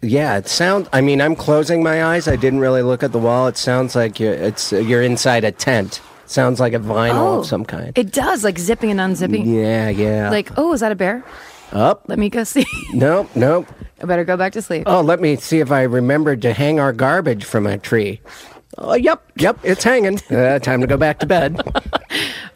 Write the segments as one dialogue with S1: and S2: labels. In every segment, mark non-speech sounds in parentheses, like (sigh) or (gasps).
S1: Yeah, it sounds. I mean, I'm closing my eyes. I didn't really look at the wall. It sounds like you're. It's you're inside a tent. Sounds like a vinyl Oh, of some kind.
S2: Oh. It does like zipping and unzipping.
S1: yeah, yeah.
S2: Like oh, is that a bear?
S1: up.
S2: Let me go see. (laughs)
S1: Nope, nope.
S2: I better go back to sleep.
S1: Oh, let me see if I remembered to hang our garbage from a tree. Oh, yep, yep, it's hanging. (laughs) Uh, time to go back to bed.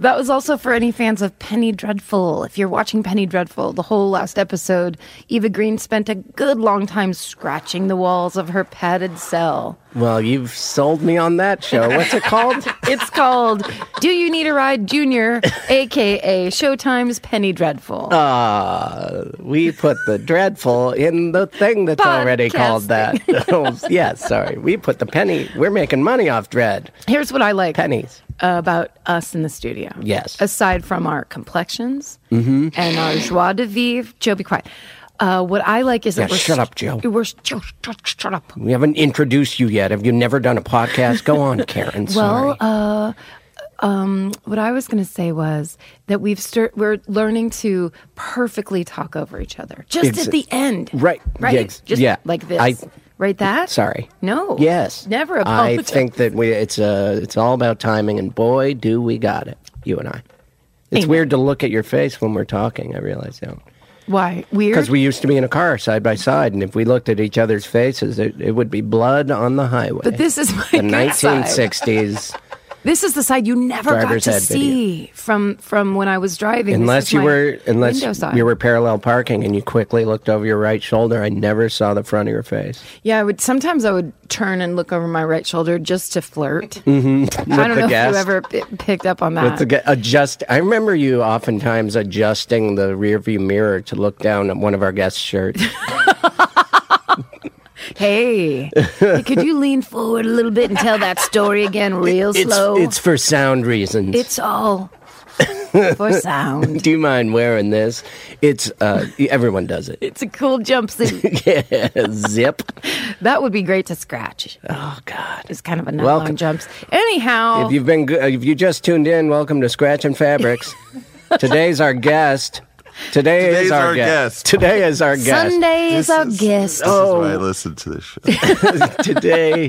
S2: That was also for any fans of Penny Dreadful. If you're watching Penny Dreadful, the whole last episode, Eva Green spent a good long time scratching the walls of her padded cell.
S1: well, you've sold me on that show. What's it (laughs) called?
S2: It's called Do You Need a Ride Junior, aka Showtime's Penny Dreadful.
S1: Uh, We put the dreadful in the thing that's already called (laughs) that. oh, yeah, sorry. We put the penny. We're making money off dread.
S2: Here's what I like
S1: Pennies.
S2: about us in the studio.
S1: Yes. Mm-hmm.
S2: Aside from our complexions and our joie de vivre, Joe, be quiet. Uh, what I like is that
S1: Yeah,
S2: we're
S1: shut
S2: st-
S1: up, Joe.
S2: We're Joe, shut- shut up.
S1: We haven't introduced you yet. Have you never done a podcast? Go on, Karen. Sorry.
S2: Well, uh, um, what I was going to say was that we've stir- we're learning to perfectly talk over each other, just
S1: Exa-
S2: at the end,
S1: Right.
S2: Right,
S1: Yeah, ex-
S2: just
S1: yeah.
S2: like this.
S1: I
S2: Right? That?
S1: Sorry.
S2: No.
S1: Yes.
S2: Never
S1: I
S2: apologize.
S1: think that we it's uh it's all about timing and boy do we got it. You and I. It's
S2: Amen.
S1: weird to look at your face when we're talking. I realize now.
S2: Why? Weird?
S1: Because we used to be in a car side by side, and if we looked at each other's faces, it, it would be blood on the highway.
S2: But this is (laughs) my
S1: the
S2: good side.
S1: 1960s,
S2: (laughs) This is the side you never
S1: Driver's
S2: got to
S1: head video.
S2: see from from when I was driving. This
S1: unless
S2: is
S1: you
S2: my
S1: were
S2: window
S1: unless
S2: side.
S1: you were parallel parking and you quickly looked over your right shoulder, I never saw the front of your face.
S2: Yeah, I would sometimes I would turn and look over my right shoulder just to flirt. I
S1: the
S2: don't know if
S1: guest.
S2: you ever p- picked up on that.
S1: With the g- adjust, I remember you oftentimes adjusting the rearview mirror to look down at one of our guests'
S2: (laughs)
S1: shirts.
S2: hey, Hey, could you lean forward a little bit and tell that
S1: (laughs)
S2: story again, real
S1: it's,
S2: slow?
S1: it's for sound reasons.
S2: It's all
S1: (laughs)
S2: for sound.
S1: Do you mind wearing this? It's uh, everyone does
S2: (laughs)
S1: it. Uh,
S2: It's a cool jumpsuit.
S1: Zip.
S2: (laughs) that would be great to scratch.
S1: Oh God.
S2: It's kind of a nylon
S1: Welcome.
S2: long jumps. Anyhow,
S1: If you've been, go- if you just tuned in, welcome to Scratch and
S2: (laughs)
S1: Fabrics. Today's our guest. Today is
S3: Today's
S1: our,
S3: our
S1: guest.
S3: guest.
S1: Today is our guest.
S2: Sunday is
S3: This
S2: our
S3: is-
S2: guest.
S3: This is why I listen to this
S1: (laughs)
S3: show.
S1: Today,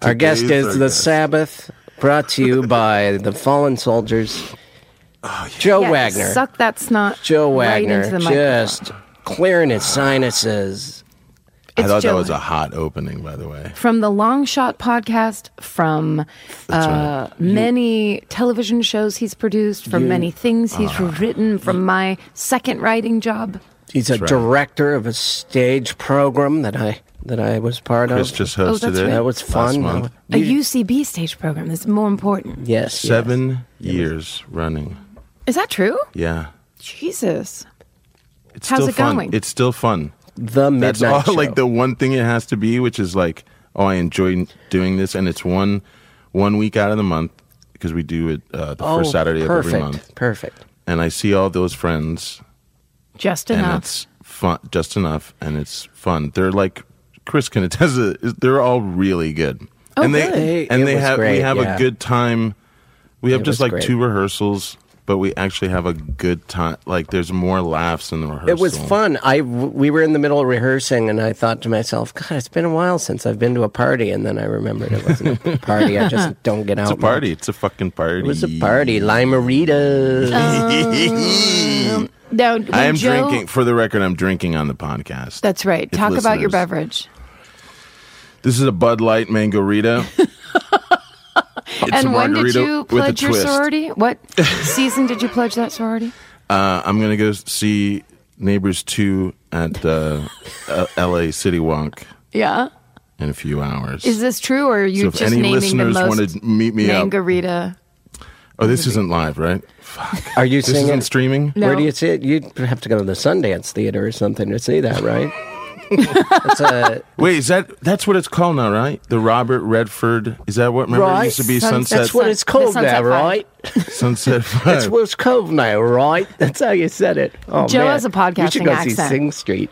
S1: our guest
S3: Today's
S1: is
S3: our
S1: the
S3: guest.
S1: Sabbath, brought to
S3: (laughs)
S1: you by the Fallen Soldiers.
S3: Oh,
S1: Joe
S2: Yeah,
S1: Wagner.
S2: Suck that snot.
S1: Joe
S2: right
S1: Wagner
S2: Into the microphone.
S1: just clearing his sinuses.
S3: I
S2: It's
S3: thought
S2: Joe
S3: that was a hot opening, by the
S1: Oh.
S3: way.
S2: from the Long Shot podcast, from
S3: That's
S2: uh, many television shows he's produced, from many things he's
S3: Ah.
S2: written, from my second writing job.
S1: He's a
S3: right.
S1: director of a stage program that I that I was part
S3: Chris
S1: of.
S3: just hosted
S2: Oh, that's
S3: it.
S2: right.
S1: that was
S3: Last
S1: fun.
S3: month.
S2: A UCB stage program that's more important.
S1: Yes.
S3: Seven years running.
S2: Is that true?
S3: Yeah.
S2: Jesus.
S3: It's
S2: How's
S3: still
S2: it
S3: fun.
S2: going?
S3: It's still fun.
S1: yes. The midnight
S3: That's all
S1: show.
S3: like the one thing it has to be, which is like, oh, I enjoy doing this, and it's one one week out of the month because we do it uh, the
S1: Oh,
S3: first Saturday
S1: perfect,
S3: of every month,
S1: Perfect.
S3: and I see all those friends,
S2: Just
S3: and
S2: enough.
S3: it's fun, just enough, and it's fun. They're like Chris can attest. to this, They're all really good,
S2: Oh,
S3: and they
S2: good.
S1: They- it
S3: and they
S1: was
S3: have
S1: great,
S3: we have
S1: yeah.
S3: a good time. We have
S1: It was
S3: just like
S1: great.
S3: two rehearsals, but we actually have a good time. Like there's more laughs in the rehearsal.
S1: It was fun. I we were in the middle of rehearsing, and I thought to myself, "God, it's been a while since I've been to a party." And then I remembered it wasn't
S3: (laughs)
S1: a party. I just don't get out.
S3: It's a
S1: much.
S3: party. It's a fucking party.
S1: It was a party. Limeritas.
S2: Oh.
S3: (laughs)
S2: now,
S3: I
S2: when
S3: am
S2: Joe-
S3: drinking. For the record, I'm drinking on the podcast.
S2: That's right.
S3: If
S2: Talk about your
S3: listeners-
S2: beverage.
S3: This is a Bud Light
S2: (laughs)
S3: Mango Rita. It's a
S2: and when did
S3: margarita
S2: you
S3: with a
S2: pledge your
S3: twist.
S2: sorority?
S3: (laughs)
S2: What season did you pledge that sorority?
S3: Uh, I'm gonna go see Neighbors Two at uh, uh, L.A. City Walk
S2: Yeah.
S3: in a few hours.
S2: Is this true, or are you
S3: so if
S2: just
S3: any
S2: naming
S3: listeners
S2: the
S3: want
S2: most
S3: to meet me up,
S2: margarita?
S3: oh, this isn't live, right? Fuck.
S1: Are you
S3: This
S1: singing?
S3: isn't streaming.
S2: No.
S1: Where do you see it? You'd have to go to the Sundance Theater or something to see that, right? uh, That's a,
S3: Wait, is that that's what it's called now, right? The Robert Redford. Is that what? Remember,
S1: Right.
S3: it used to be
S2: Sun-
S3: Sunset Oh.
S1: that's what it's
S2: The
S1: called
S2: Sunset
S1: now,
S2: Five.
S1: right?
S2: (laughs)
S3: Sunset.
S1: That's
S3: Vibe.
S1: what it's called now, right? That's how you said it. Oh,
S2: Joe
S1: man.
S2: has a
S1: You should
S2: podcasting
S1: go see
S2: accent.
S1: Sing Street.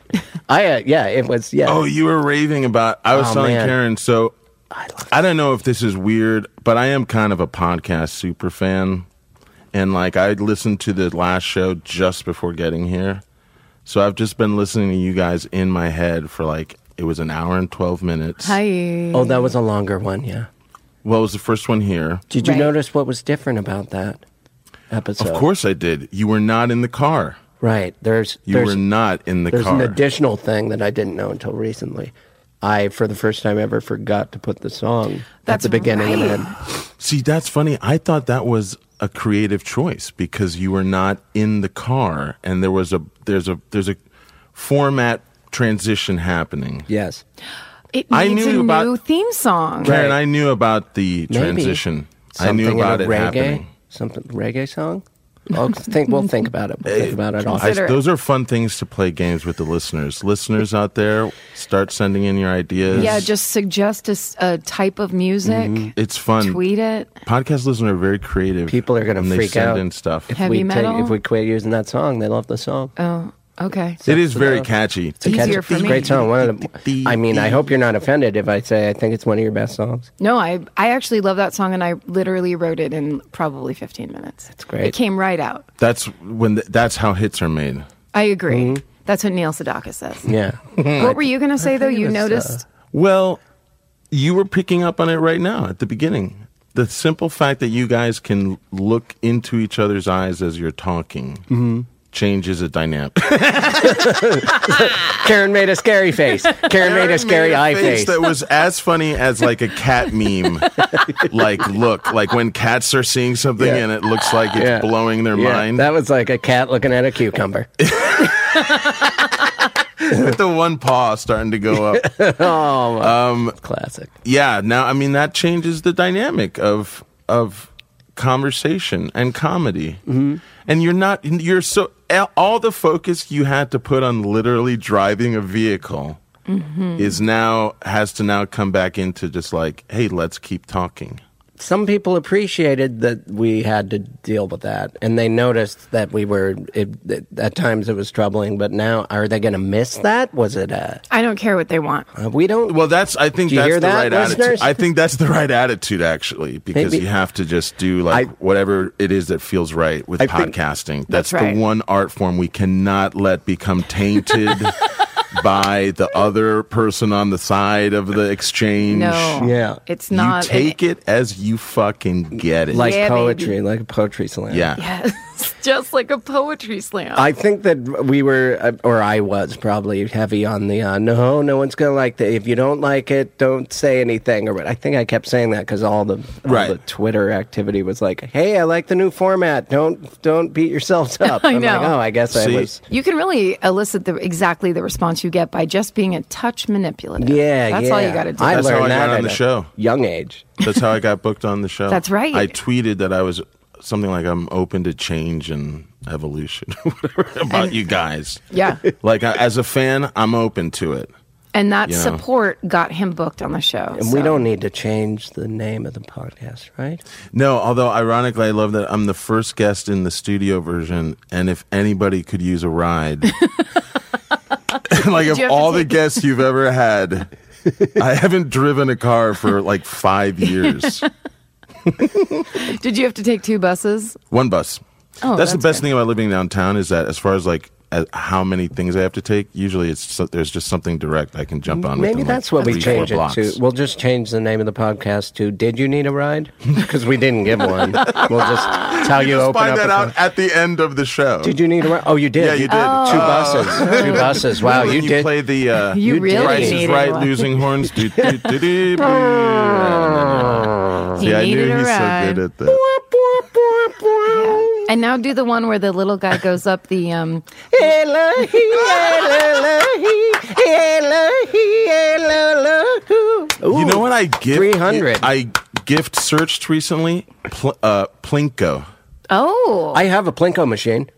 S1: I uh, yeah, it was yeah.
S3: Oh, you were raving about. I was
S1: Oh,
S3: telling
S1: man.
S3: Karen. So I don't know if this is weird, but I am kind of a podcast super fan, and like I listened to the last show just before getting here, so I've just been listening to you guys in my head for like it was an hour and twelve minutes.
S2: Hi.
S1: oh, that was a longer one. Yeah.
S3: Well, it was the first one here.
S1: Did you
S2: Right.
S1: notice what was different about that episode?
S3: Of course, I did. You were not in the car.
S1: Right. There's
S3: You
S1: there's,
S3: were not in the
S1: there's
S3: car.
S1: an additional thing that I didn't know until recently. I, for the first time ever, forgot to put the song
S2: That's
S1: at the beginning and
S2: right.
S1: end.
S3: See, that's funny. I thought that was a creative choice because you were not in the car and there was a there's a there's a format transition happening.
S1: Yes.
S2: It needs
S3: I
S2: a
S3: knew about-
S2: new theme song.
S3: Karen, I knew about the
S1: Maybe
S3: transition. I
S1: Something
S3: knew
S1: in
S3: about
S1: a
S3: it
S1: reggae,
S3: happening.
S1: Something reggae song. I'll think we'll think about it. We'll think about it all.
S3: I, those are fun things to play games with the listeners. listeners out there, start sending in your ideas.
S2: Yeah, just suggest a, s- a type of music.
S3: Mm-hmm. it's fun.
S2: Tweet it.
S3: Podcast listeners are very creative.
S1: People are gonna
S3: and they
S1: freak
S3: send
S1: out.
S3: in stuff.
S1: if
S2: Heavy
S1: we
S2: metal?
S1: if we quit using that song, they love the song.
S2: Oh, okay.
S3: it is
S1: So
S3: very
S1: now-
S3: catchy.
S1: It's a catchy-
S2: easier for
S1: it's a
S2: me.
S1: Great song. One of the, I mean, I hope you're not offended if I say I think it's one of your best songs.
S2: No, I I actually love that song, and I literally wrote it in probably 15 minutes. That's
S1: great.
S2: It came right out.
S3: That's when th- that's how hits are made. Mm-hmm.
S2: I agree. That's what Neil Sedaka says.
S3: (laughs)
S1: Yeah. (laughs)
S2: What were you going to say though? You noticed
S3: Well, you were picking up on it right now at the beginning. The simple fact that you guys can look into each other's eyes as you're talking changes
S1: (laughs)
S3: a dynamic.
S1: Karen made a scary face. Karen, made a scary eye face.
S3: that was as funny as like
S1: (laughs)
S3: a cat meme. like look, like when cats are seeing something
S1: Yeah.
S3: and it looks like it's
S1: Yeah.
S3: blowing their
S1: Yeah,
S3: mind. (laughs)
S1: That was like a cat looking at a cucumber.
S3: With the one paw starting to go up.
S1: Classic.
S3: yeah now i mean that changes the dynamic of of conversation and comedy and you're not you're so all the focus you had to put on literally driving a vehicle is now has to now come back into just like hey let's keep talking
S1: Some people appreciated that we had to deal with that, and they noticed that we were. It, it, at times, it was troubling, but now, are they going to miss that? Was it a?
S2: I don't care what they want.
S1: Uh, we don't.
S3: well that's i think
S1: Do you
S3: that's
S1: hear
S3: the
S1: that,
S3: right
S1: listeners?
S3: attitude i think that's the right attitude actually because
S1: Maybe-
S3: you have to just do like
S1: I-
S3: whatever it is that feels right with
S1: I think-
S3: podcasting
S2: That's
S3: that's,
S2: right.
S3: the one art form we cannot let become
S1: (laughs)
S3: tainted by the other person on the side of the exchange
S2: No.
S1: Yeah.
S2: It's not.
S3: you take it, as you fucking get it
S1: like
S2: Yeah,
S1: poetry,
S2: baby.
S1: like a poetry slam.
S3: yeah
S2: (laughs) Yes. Just like a poetry slam.
S1: I think that we were, uh, or I was probably heavy on the uh, no, no one's gonna like that. If you don't like it, don't say anything. Or what? I think I kept saying that because all the all
S3: Right.
S1: the Twitter activity was like, hey, I like the new format. Don't don't beat
S2: (laughs)
S1: yourselves up.
S2: I
S1: am
S2: know.
S1: like, oh, I guess
S3: See?
S1: I was.
S2: you can really elicit the exactly the response you get by just being a touch manipulative.
S1: Yeah,
S2: That's
S1: yeah.
S2: all you got to do.
S1: I
S3: That's how
S1: learned
S3: I got
S1: that
S3: on
S1: at
S3: the
S1: a
S3: show.
S1: Young age.
S3: That's how I got booked on the show.
S2: That's right.
S3: I tweeted that I was something like I'm open to change and evolution (laughs) or whatever about you guys. (laughs)
S2: yeah.
S3: Like I, as a fan, I'm open to it.
S2: And that
S3: You know.
S2: support got him booked on the show.
S1: And we don't need to change the name of the podcast, right?
S3: No, although ironically, I love that I'm the first guest in the studio version, and if anybody could use a ride, (laughs) like
S2: you have
S3: of
S2: to
S3: all the
S2: take-
S3: guests you've ever had, I haven't driven a car for like
S2: (laughs)
S3: five years.
S2: Did you have to take two buses?
S3: One bus.
S2: Oh,
S3: that's,
S2: that's
S3: the best
S2: good.
S3: thing about living downtown is that as far as like as how many things I have to take, usually it's so, there's just something direct I can jump on.
S1: Maybe
S3: within,
S1: that's
S3: like,
S1: what we
S3: three, four
S1: change it
S3: blocks.
S1: to. We'll just change the name of the podcast to "Did You Need a Ride?" (laughs) Because we didn't give one. We'll
S3: (laughs)
S1: just tell you,
S3: Just
S1: open up.
S3: find
S1: a
S3: that
S1: pod-
S3: out at the end of the show.
S1: Did you need a ride? Oh, you did.
S3: Yeah, you did. Oh.
S1: Two buses.
S3: (laughs)
S1: Two buses. Wow,
S3: Remember
S1: you,
S3: when
S1: did.
S3: play the
S2: (laughs)
S3: uh,
S2: You
S1: You
S2: really
S3: Price is
S2: needed
S3: Right
S2: one. (laughs)
S3: losing horns. Do, do, do, do, do, do.
S2: He
S3: See, I
S2: needed
S3: knew
S2: a
S3: he's
S2: ride.
S3: so good at that.
S2: And now do the one where the little guy goes up the um
S1: Elohi, Elohi, Elohi, Elohu. Ooh,
S3: You know what I gift?
S1: 300.
S3: I gift searched recently. Pl- uh, Plinko.
S2: Oh.
S1: I have a Plinko machine.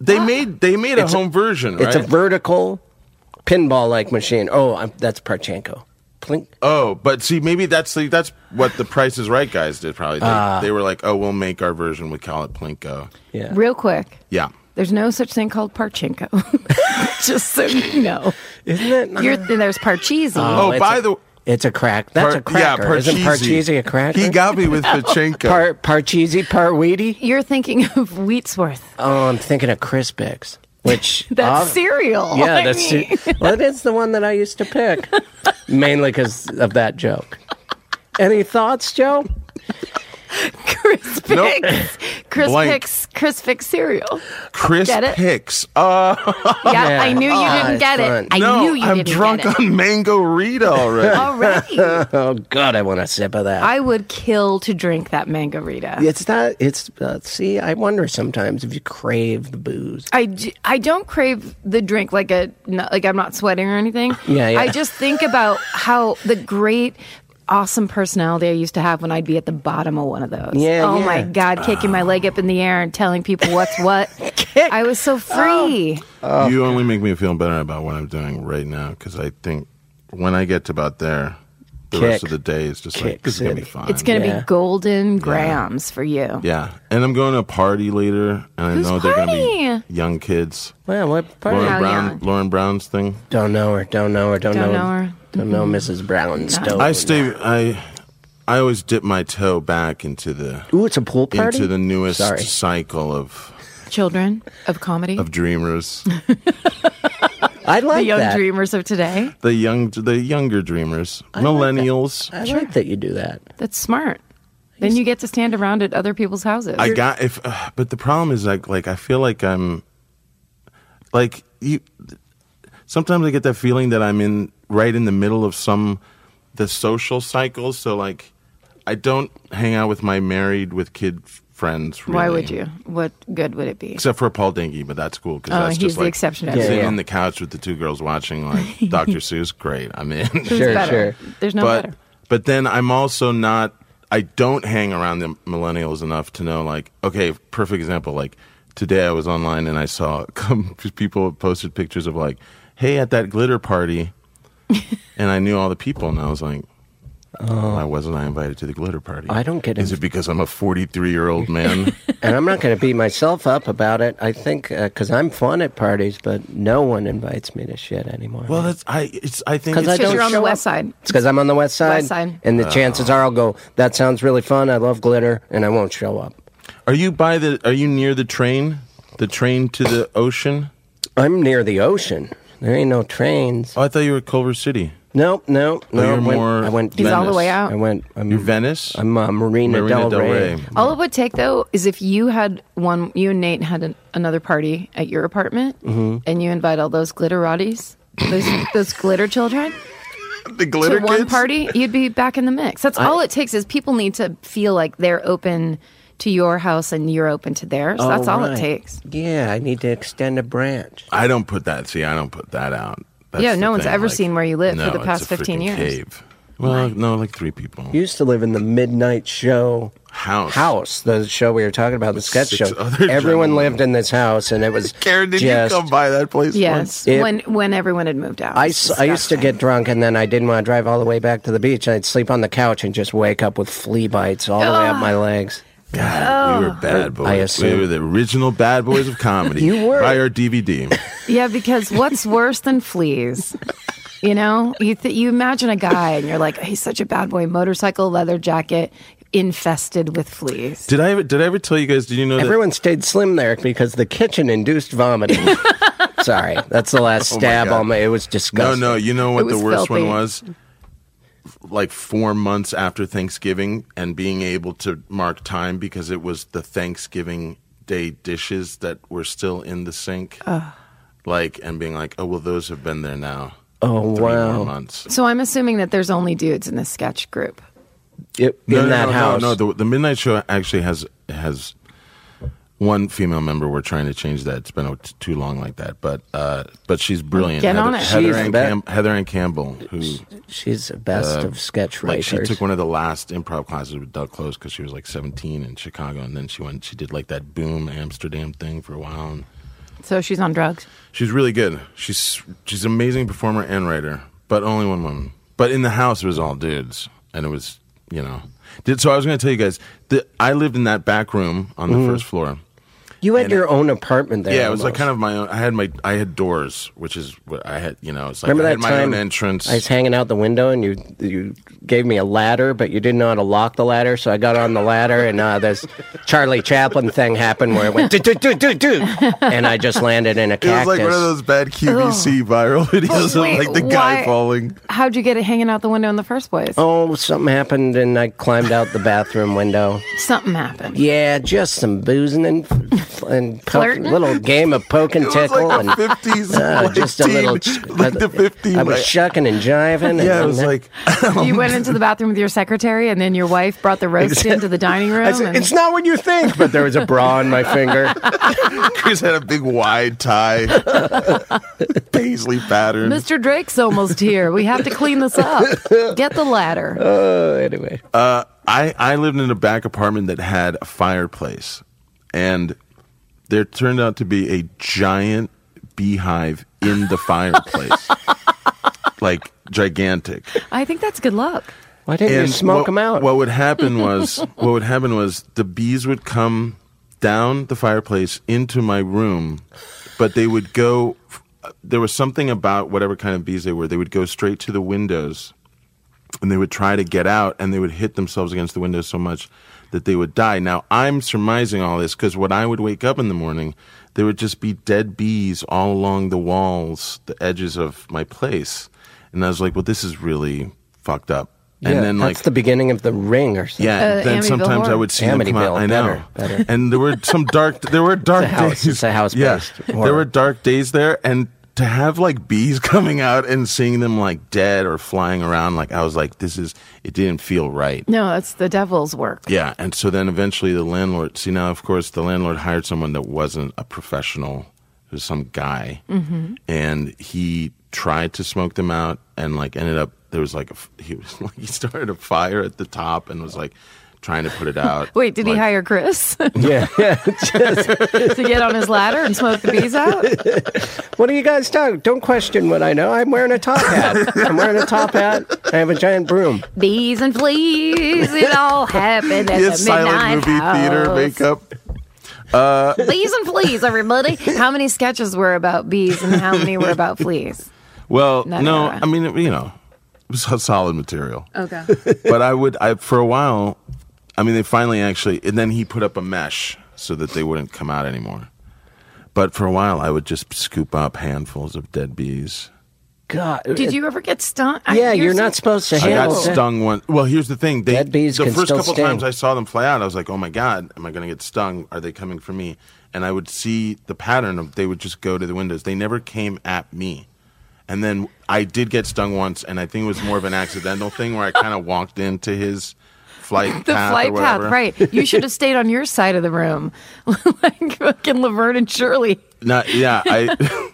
S3: They made they made a home version.
S1: It's a
S3: right?
S1: vertical pinball-like machine. Oh, I'm, that's Parchenko. Plink.
S3: Oh, but see, maybe that's the, that's what the Price is Right guys did. Probably they,
S1: Ah.
S3: they were like, "Oh, we'll make our version. We call it Plinko."
S1: Yeah.
S2: Real quick.
S3: Yeah,
S2: There's no such thing called parchinko. (laughs) Just so you know.
S1: Isn't it? not-
S2: You're, there's parcheesi.
S3: Oh,
S1: it's
S3: by
S1: a-
S3: the-
S1: it's a crack. That's a
S3: Par-
S1: cracker. Isn't Parcheesi a cracker?
S3: He got me with
S1: (laughs)
S3: Pachinko.
S1: Par Parcheesi, Parweedy.
S2: You're thinking of Wheatsworth.
S3: Uh,
S1: Oh, I'm thinking of Crispix, which
S2: That's
S1: ob-
S2: cereal.
S1: Yeah,
S2: I
S1: that's
S2: mean.
S1: well, it is the one that I used to pick, mainly because of that joke. Any thoughts, Joe?
S2: (laughs) Chris Fix.
S3: Nope.
S2: Chris
S3: Blank. Oh,
S2: Fix. Chris Fix cereal.
S3: Chris
S2: Get it?
S3: Hicks. Uh,
S2: Yeah, I knew you
S1: Oh,
S2: didn't get
S1: fun.
S2: it. I
S3: no,
S2: knew you
S3: I'm
S2: didn't
S3: drunk
S2: get it.
S3: on mango Rita already.
S2: All
S3: (laughs)
S2: right.
S1: Oh God, I want a sip of that.
S2: I would kill to drink that mangarita.
S1: it's not. It's uh, see. I wonder sometimes if you crave the booze.
S2: I, j- I don't crave the drink like a no- like I'm not sweating or anything.
S1: (laughs) Yeah, yeah.
S2: I just think about how the great awesome personality I used to have when I'd be at the bottom of one of those.
S1: Yeah,
S2: Oh
S1: yeah.
S2: my god, kicking my leg up in the air and telling people what's
S1: (laughs)
S2: what. I was
S1: Oh.
S2: so free.
S3: you only make me feel better about what I'm doing right now because I think when I get to about there, the
S1: Kick.
S3: rest of the day is just like
S1: Kicks
S3: this is gonna
S1: it.
S3: be fine.
S2: It's going to
S1: Yeah.
S2: be golden grams for you.
S3: yeah, and I'm going to a party later, and I
S2: Whose
S3: know they're gonna
S2: party?
S3: be young kids.
S1: Well, what part?
S3: Lauren
S2: How
S3: Brown,
S2: young?
S3: Lauren Brown's thing.
S1: Don't know her. Don't know her. Don't, know
S2: Don't know her. Mm-hmm.
S1: Don't know Mrs. Brownstone.
S3: I stay. I I always dip my toe back into the
S1: Ooh, it's a pool party.
S3: into the newest
S1: Sorry.
S3: cycle of
S2: Children of comedy.
S3: of dreamers.
S1: I like
S2: the young
S1: that.
S2: dreamers of today.
S3: The young, the younger dreamers, millennials.
S1: I like that you do that.
S2: That's smart. Then you get to stand around at other people's houses.
S3: I got if, uh, but the problem is like, like I feel like I'm, like you. Sometimes I get that feeling that I'm in right in the middle of some, the social cycle. So like, I don't hang out with my married with kid f- friends. Really.
S2: Why would you? What good would it be?
S3: Except for Paul Dingy, but that's cool because
S2: Oh,
S3: that's
S2: he's
S3: just
S2: the
S3: like
S2: exception to
S3: sitting
S2: the
S1: rule.
S3: on the couch with the two girls watching
S2: (laughs)
S3: like Dr. Seuss. Great, I'm in.
S1: Sure,
S2: better.
S1: sure.
S2: There's no
S3: but
S2: better.
S3: but then I'm also not. I don't hang around the millennials enough to know. Like, okay, perfect example. Like today, I was online and I saw (laughs) come people posted pictures of like, hey, at that
S1: (laughs)
S3: glitter party, and I knew all the people, and I was like. Why wasn't Oh. I invited to the glitter party?
S1: I don't get
S3: Is
S1: inv-
S3: it because I'm a 43 year old man?
S1: And I'm not going to beat myself up about it. I think because I'm fun at parties, but no one invites me to shit anymore.
S3: (laughs) well, that's I. It's I think
S1: 'Cause
S3: it's
S1: I
S2: Because
S1: don't
S2: you're on the
S1: show
S2: west
S1: up.
S2: side.
S1: It's because I'm on the west side,
S2: West side.
S1: and the chances
S3: Ah.
S1: are I'll go. That sounds really fun. I love glitter, and I won't show up.
S3: Are you by the? Are you near the train? The train to the ocean?
S1: I'm near the ocean. There ain't no trains.
S3: Oh, I thought you were at Culver City.
S1: Nope, nope,
S3: Oh,
S1: no.
S3: you're
S1: I went,
S3: more
S1: I went.
S2: He's all the
S3: Venice.
S2: way out.
S1: I went. I'm,
S3: You're Venice.
S1: I'm uh, Marina,
S3: Marina
S1: Del, Rey.
S2: All it would take though is if you had one, you and Nate had an, another party at your apartment,
S1: Mm-hmm.
S2: and you invite all those glitterati's,
S1: (laughs)
S2: those those glitter children,
S3: The glitter
S2: to one
S3: kids?
S2: party, you'd be back in the mix. That's all it takes is people need to feel like they're open to your house and you're open to theirs. That's all it
S1: right.
S2: takes.
S1: Yeah, I need to extend a branch.
S3: I don't put that. See, I don't put that out. That's
S2: Yeah,
S3: the
S2: no one's
S3: thing,
S2: ever
S3: like,
S2: seen where you live for
S3: no,
S2: the
S3: it's
S2: past
S3: a
S2: 15
S3: freaking
S2: years.
S3: Cave. Well, no, like three people.
S1: Used to live in the midnight show
S3: House.
S1: house, the show we were talking about, the sketch
S3: six
S1: show.
S3: other
S1: Everyone
S3: gentlemen.
S1: lived in this house, and it was
S3: (laughs) Karen, did
S1: just,
S3: you come by that place?
S2: Yes,
S3: Once?
S1: It-
S2: when when everyone had moved out,
S1: I,
S2: It's
S1: s- I used to get
S2: disgusting.
S1: drunk and then I didn't want to drive all the way back to the beach. I'd sleep on the couch and just wake up with flea bites all the way up my
S3: (laughs)
S1: legs.
S3: God,
S2: Oh.
S3: we were bad boys.
S1: assume-
S3: We were the original bad
S1: (laughs)
S3: boys of comedy.
S1: You were.
S3: by our DVD.
S2: yeah, because what's worse than fleas? You know, you th- you imagine a guy and you're like, he's such a bad boy, motorcycle leather jacket infested with fleas.
S3: did I ever? Did I ever tell you guys? Did you know that?
S1: Everyone stayed slim there because the kitchen induced
S2: (laughs)
S1: vomiting. Sorry, that's the last
S3: Oh my
S1: stab
S3: God.
S1: on my. It was
S3: No,
S1: disgusting.
S3: no. You know
S2: It
S3: what the
S2: was
S3: worst
S2: filthy.
S3: one was? Like four months after Thanksgiving and being able to mark time because it was the Thanksgiving Day dishes that were still in the sink. Like, and being like, oh, well, those have been there now.
S1: Oh,
S3: three
S1: wow.
S3: More months.
S2: So I'm assuming that there's only dudes in this sketch group.
S1: It- in
S3: No, no,
S1: that
S3: no,
S1: house.
S3: No, no. The, the Midnight Show actually has has one female member. We're trying to change that. It's been a, t- too long like that. But uh, but she's brilliant.
S2: Get on
S3: Heather,
S2: it.
S3: Heather,
S1: She's
S3: Ann
S1: bet-
S3: Cam- Heather Ann Campbell, who
S1: She's the best of sketch
S3: Uh, like
S1: writers.
S3: she took one of the last improv classes with Doug Close because she was like 17 in Chicago, and then she went. She did like that Boom Amsterdam thing for a while. And
S2: So she's on drugs.
S3: she's really good. She's she's an amazing performer and writer, but only one woman. But in the house, it was all dudes, and it was you know. Did so? I was going to tell you guys. The, I lived in that back room on
S1: Mm-hmm.
S3: the first floor.
S1: you had
S3: and-
S1: your own apartment there.
S3: Yeah, it was
S1: almost.
S3: like kind of my own. I had my I had doors, which is what I had. You know, it's like
S1: Remember
S3: I
S1: that
S3: had my
S1: time
S3: own entrance.
S1: I was hanging out the window, and you you gave me a ladder, but you didn't know how to lock the ladder, so I got on the ladder, and uh, this Charlie Chaplin thing happened where it went do do do do do, and I just landed in a
S3: it was
S1: cactus.
S3: like one of those bad QVC viral (laughs) videos
S2: Wait,
S3: of like the guy
S2: why-
S3: falling.
S2: How'd you get it hanging out the window in the first place?
S1: Oh, something happened, and I climbed out the bathroom window.
S2: Something happened.
S1: Yeah, just some boozing and and po-
S2: Flirting?
S1: little game of poke and
S3: It was
S1: tickle,
S3: like
S1: and
S3: the 50s.
S1: uh, just a
S3: 19,
S1: little.
S3: like the 50s.
S1: I was shucking and jiving.
S3: yeah, it
S1: and
S3: was
S1: then-
S3: like,
S2: (laughs) You went into the bathroom with your secretary, and then your wife brought the roast into the dining room.
S1: I said,
S2: and-
S1: it's
S2: (laughs)
S1: not what you think, (laughs) but there was a bra
S3: (laughs)
S1: on my (laughs) finger.
S3: Chris had a big
S1: (laughs)
S3: wide tie, paisley pattern.
S2: Mr. Drake's almost here. We have to clean this up. Get the ladder.
S1: (laughs) Uh, anyway.
S3: I, I lived in a back apartment that had a fireplace, and there turned out to be a giant beehive in
S1: (laughs)
S3: the fireplace, like gigantic.
S2: I think that's good luck.
S1: Why didn't you smoke
S3: what,
S1: them out?
S3: What
S1: (laughs)
S3: would happen was, what would happen was the bees would come down the fireplace into my room, but they would go. There was something about whatever kind of bees they were. They would go straight to the windows and they would try to get out and they would hit themselves against the window so much that they would die. Now, I'm surmising all this because when I would wake up in the morning, there would just be dead bees all along the walls, the edges of my place. And I was like, well, this is really fucked up. and then, like,
S1: that's the beginning of the ring or something.
S3: yeah,
S2: Uh,
S3: then
S2: Amityville
S3: sometimes I
S2: Horror.
S3: would see them come out.
S1: Amityville,
S3: I know,
S1: better, better.
S3: and there were some dark. There were dark
S1: house- (laughs)
S3: days.
S1: it's a house-based
S3: Yeah,
S1: horror.
S3: there were dark days there, and to have like bees (laughs) coming out and seeing them like dead or flying around, like I was like, this is. It didn't feel right.
S2: No, it's the devil's work.
S3: Yeah, and so then eventually the landlord. See now, of course, the landlord hired someone that wasn't a professional. It was some guy,
S2: Mm-hmm.
S3: and he tried to smoke them out, and like ended up there was like a, f- (laughs) he was like he started a fire at the top and was like trying to
S2: (laughs)
S3: put it out.
S2: Wait, did he
S3: Like,
S2: hire Chris
S1: Yeah, (laughs) yeah.
S2: to get on his ladder and smoke the bees out?
S1: What are you guys talking? Don't question what I know. I'm wearing a top hat. I'm wearing a top hat. I have a giant broom.
S2: (laughs) Bees and fleas, it all happened at
S3: He
S2: the
S3: has silent
S2: midnight Oh.
S3: movie
S2: house.
S3: theater makeup.
S2: Bees and fleas, everybody. How many sketches were about bees and how many were about fleas?
S3: Well,
S2: Not
S3: no,
S2: era.
S3: I mean you know, it was a solid material.
S2: Okay.
S3: (laughs) but I would, I for a while, I mean, they finally actually, and then he put up a mesh so that they wouldn't come out anymore. But for a while, I would just scoop up handfuls of dead bees.
S1: God.
S2: Did you ever get stung? I-
S1: Yeah, you're
S2: so-
S1: not supposed to
S3: I got
S1: handle.
S3: stung one. Well, here's the thing: they,
S1: Dead bees
S3: the
S1: can
S3: first
S1: still
S3: couple
S1: sting.
S3: times I saw them fly out, I was like, "Oh my god, am I going to get stung? Are they coming for me?" And I would see the pattern of they would just go to the windows. They never came at me. And then I did get stung once, and I think it was more of an accidental thing where I
S2: (laughs)
S3: kind of walked into his flight
S2: The
S3: path or
S2: flight path,
S3: whatever.
S2: right. You should have stayed on your side of the room. (laughs) like fucking Laverne and Shirley.
S3: Not, yeah,
S2: (laughs)
S3: I
S2: That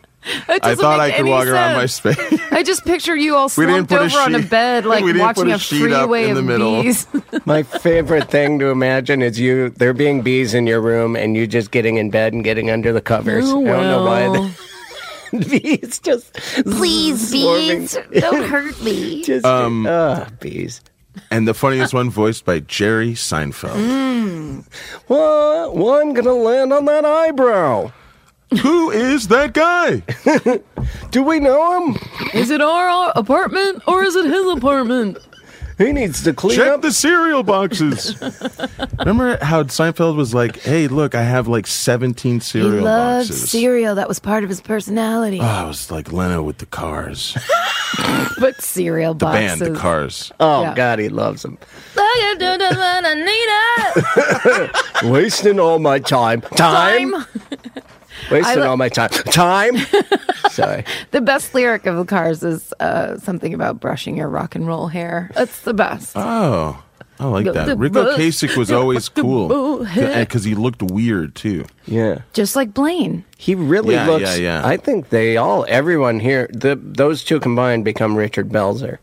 S3: I
S2: doesn't
S3: thought I
S2: make
S3: could
S2: any
S3: walk around my
S2: sense.
S3: space. (laughs)
S2: I just picture you all
S3: We didn't
S2: slumped
S3: put a
S2: over on a
S3: sheet-
S2: bed, like
S3: (laughs) we didn't
S2: watching
S3: put a
S2: a,
S3: sheet up
S2: freeway
S3: in the
S2: of
S3: middle. (laughs)
S2: bees.
S1: My favorite thing to imagine is you there being bees in your room and you just getting in bed and getting under the covers. I don't know why. The, (laughs) bees just
S2: Please, bees, don't hurt me.
S1: just um, uh, bees.
S3: and the funniest one voiced by Jerry Seinfeld.
S1: What? Well, I'm gonna land on that eyebrow.
S2: Mm.
S3: Who is that guy?
S1: Do we know him?
S2: Is it our apartment or is it his apartment?
S1: He needs to clean
S3: Check
S1: up.
S3: the
S1: (laughs)
S3: cereal boxes. Remember how Seinfeld was like, "Hey, look, I have like 17
S2: He
S3: cereal
S2: loved
S3: boxes."
S2: cereal. That was part of his personality.
S3: Oh, I was like Leno with the Cars,
S2: but cereal
S3: the
S2: boxes.
S3: band, the Cars.
S1: oh
S2: Yeah.
S1: God, he loves them.
S2: Look at the one I
S3: (laughs)
S2: need it.
S1: Wasting all my time. Time.
S2: Time.
S1: (laughs)
S2: I
S1: Wasting
S2: lo-
S1: all my time.
S2: (laughs)
S1: Time. Sorry.
S2: The best lyric of the Cars is uh, something about brushing your rock and roll hair. That's the best.
S3: Oh, I like
S2: The-
S3: that.
S2: the
S3: Rico
S2: bus-
S1: (laughs)
S3: Kasich was always cool because he looked weird too.
S1: Yeah.
S2: Just like Blaine.
S1: He really
S3: Yeah,
S1: looks.
S3: yeah, yeah.
S1: I think they all, everyone here, the, those two combined become Richard Belzer.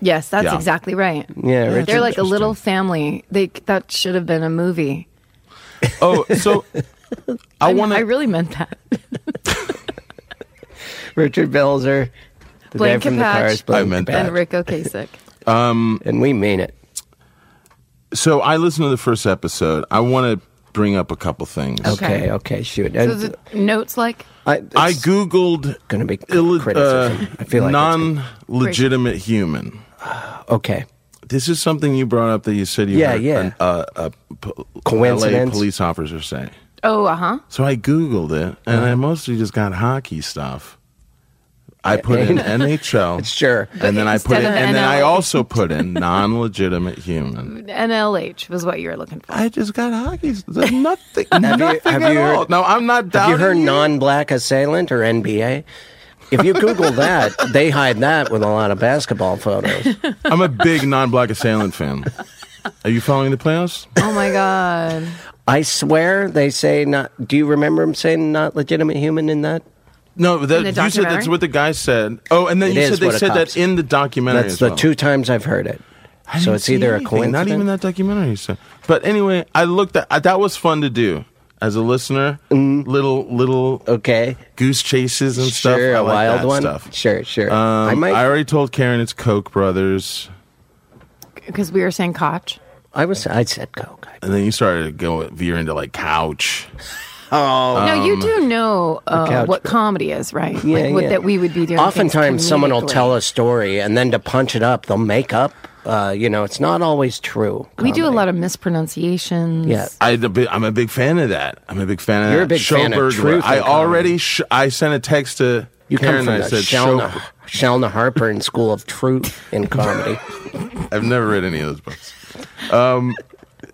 S2: Yes, that's
S3: Yeah.
S2: exactly right.
S1: Yeah, Richard.
S2: They're like a little family. They that should have been a movie.
S3: Oh,
S1: (laughs)
S3: so I want
S2: I
S3: to.
S2: really meant
S3: (laughs)
S2: that.
S1: Richard Belzer, the
S2: Blaine
S1: guy from the
S2: Capatch.
S1: Cars, Blaine
S3: I meant
S1: Capatch.
S3: that.
S2: And Rico Kasich.
S1: and we mean it.
S3: So I listened to the first episode. I want to bring up a couple things.
S1: Okay,
S2: Okay.
S1: okay, shoot.
S2: So
S1: And
S2: the notes like
S1: I,
S3: I
S1: it's
S3: googled
S1: gonna be
S3: illi-
S1: criticism. I feel like it's-
S3: non-legitimate human.
S1: okay.
S3: This is something you brought up that you said you
S1: Yeah,
S3: heard
S1: yeah.
S3: an- uh, a p-
S1: Coincidence?
S3: LA police officer say.
S2: oh uh huh.
S3: So I googled it, and
S1: Uh-huh.
S3: I mostly just got hockey stuff. I put
S1: (laughs)
S3: in NHL,
S1: Sure.
S3: and then I put
S2: Instead
S3: in,
S2: of
S3: and then I
S2: NL.
S3: also put in non-legitimate human.
S2: (laughs) NLH was what you were looking for.
S3: (laughs) I just got hockey. s-
S1: (laughs)
S3: There's nothing, nothing
S1: have
S3: at
S1: you heard-
S3: all. no, I'm not doubting
S1: Have you heard non-black assailant or NBA? If you Google that, they hide that with a lot of basketball photos.
S3: I'm a big non-black assailant fan.
S1: (laughs)
S3: Are you following the playoffs?
S2: Oh my god.
S1: I swear they say not. Do you remember him saying not legitimate human in that?
S3: No, that,
S2: the
S3: you said that's
S2: documentary?
S3: what the guy said. Oh, and then
S1: It
S3: you
S1: is
S3: said they
S1: what a
S3: said
S1: cop
S3: that
S1: said.
S3: in the documentary.
S1: That's
S3: as
S1: the
S3: well.
S1: two times I've heard it.
S3: I
S1: So
S3: didn't
S1: it's
S3: see
S1: either a
S3: anything,
S1: coincidence.
S3: Not even that documentary. So. But anyway, I looked at I, that was fun to do as a listener.
S1: Mm.
S3: Little little
S1: Okay.
S3: goose chases and stuff.
S1: Uh, Sure,
S3: I
S1: a
S3: like
S1: wild
S3: that
S1: one.
S3: Stuff.
S1: Sure, sure.
S3: Um,
S1: I might. I,
S3: already told Karen it's Koch brothers,
S2: Because we were saying Koch.
S1: was. I said coke.
S3: and then you started to go veer into like couch.
S2: now you do know uh,
S1: Um, couch
S2: what
S1: bit.
S2: comedy is, right?
S1: Yeah,
S2: Like, what-
S1: yeah.
S2: That we would be doing. things
S1: Oftentimes, someone will
S2: comedically.
S1: tell a story, and then to punch it up, they'll make up. Uh, you know, it's not always true.
S2: We do a lot of mispronunciations.
S1: Yeah.
S3: I, am a big fan of that. I'm a big fan of
S1: You're a
S3: that.
S1: big fan of
S3: Schoberg-
S1: truth
S3: I
S1: and
S3: already sh- I sent a text to
S1: You
S3: Karen.
S1: come
S3: I
S1: from the
S3: said
S1: Shelna,
S3: Schober-
S1: Shelna Harper and School of Truth (laughs) in comedy.
S3: I've never read any of those books. Um,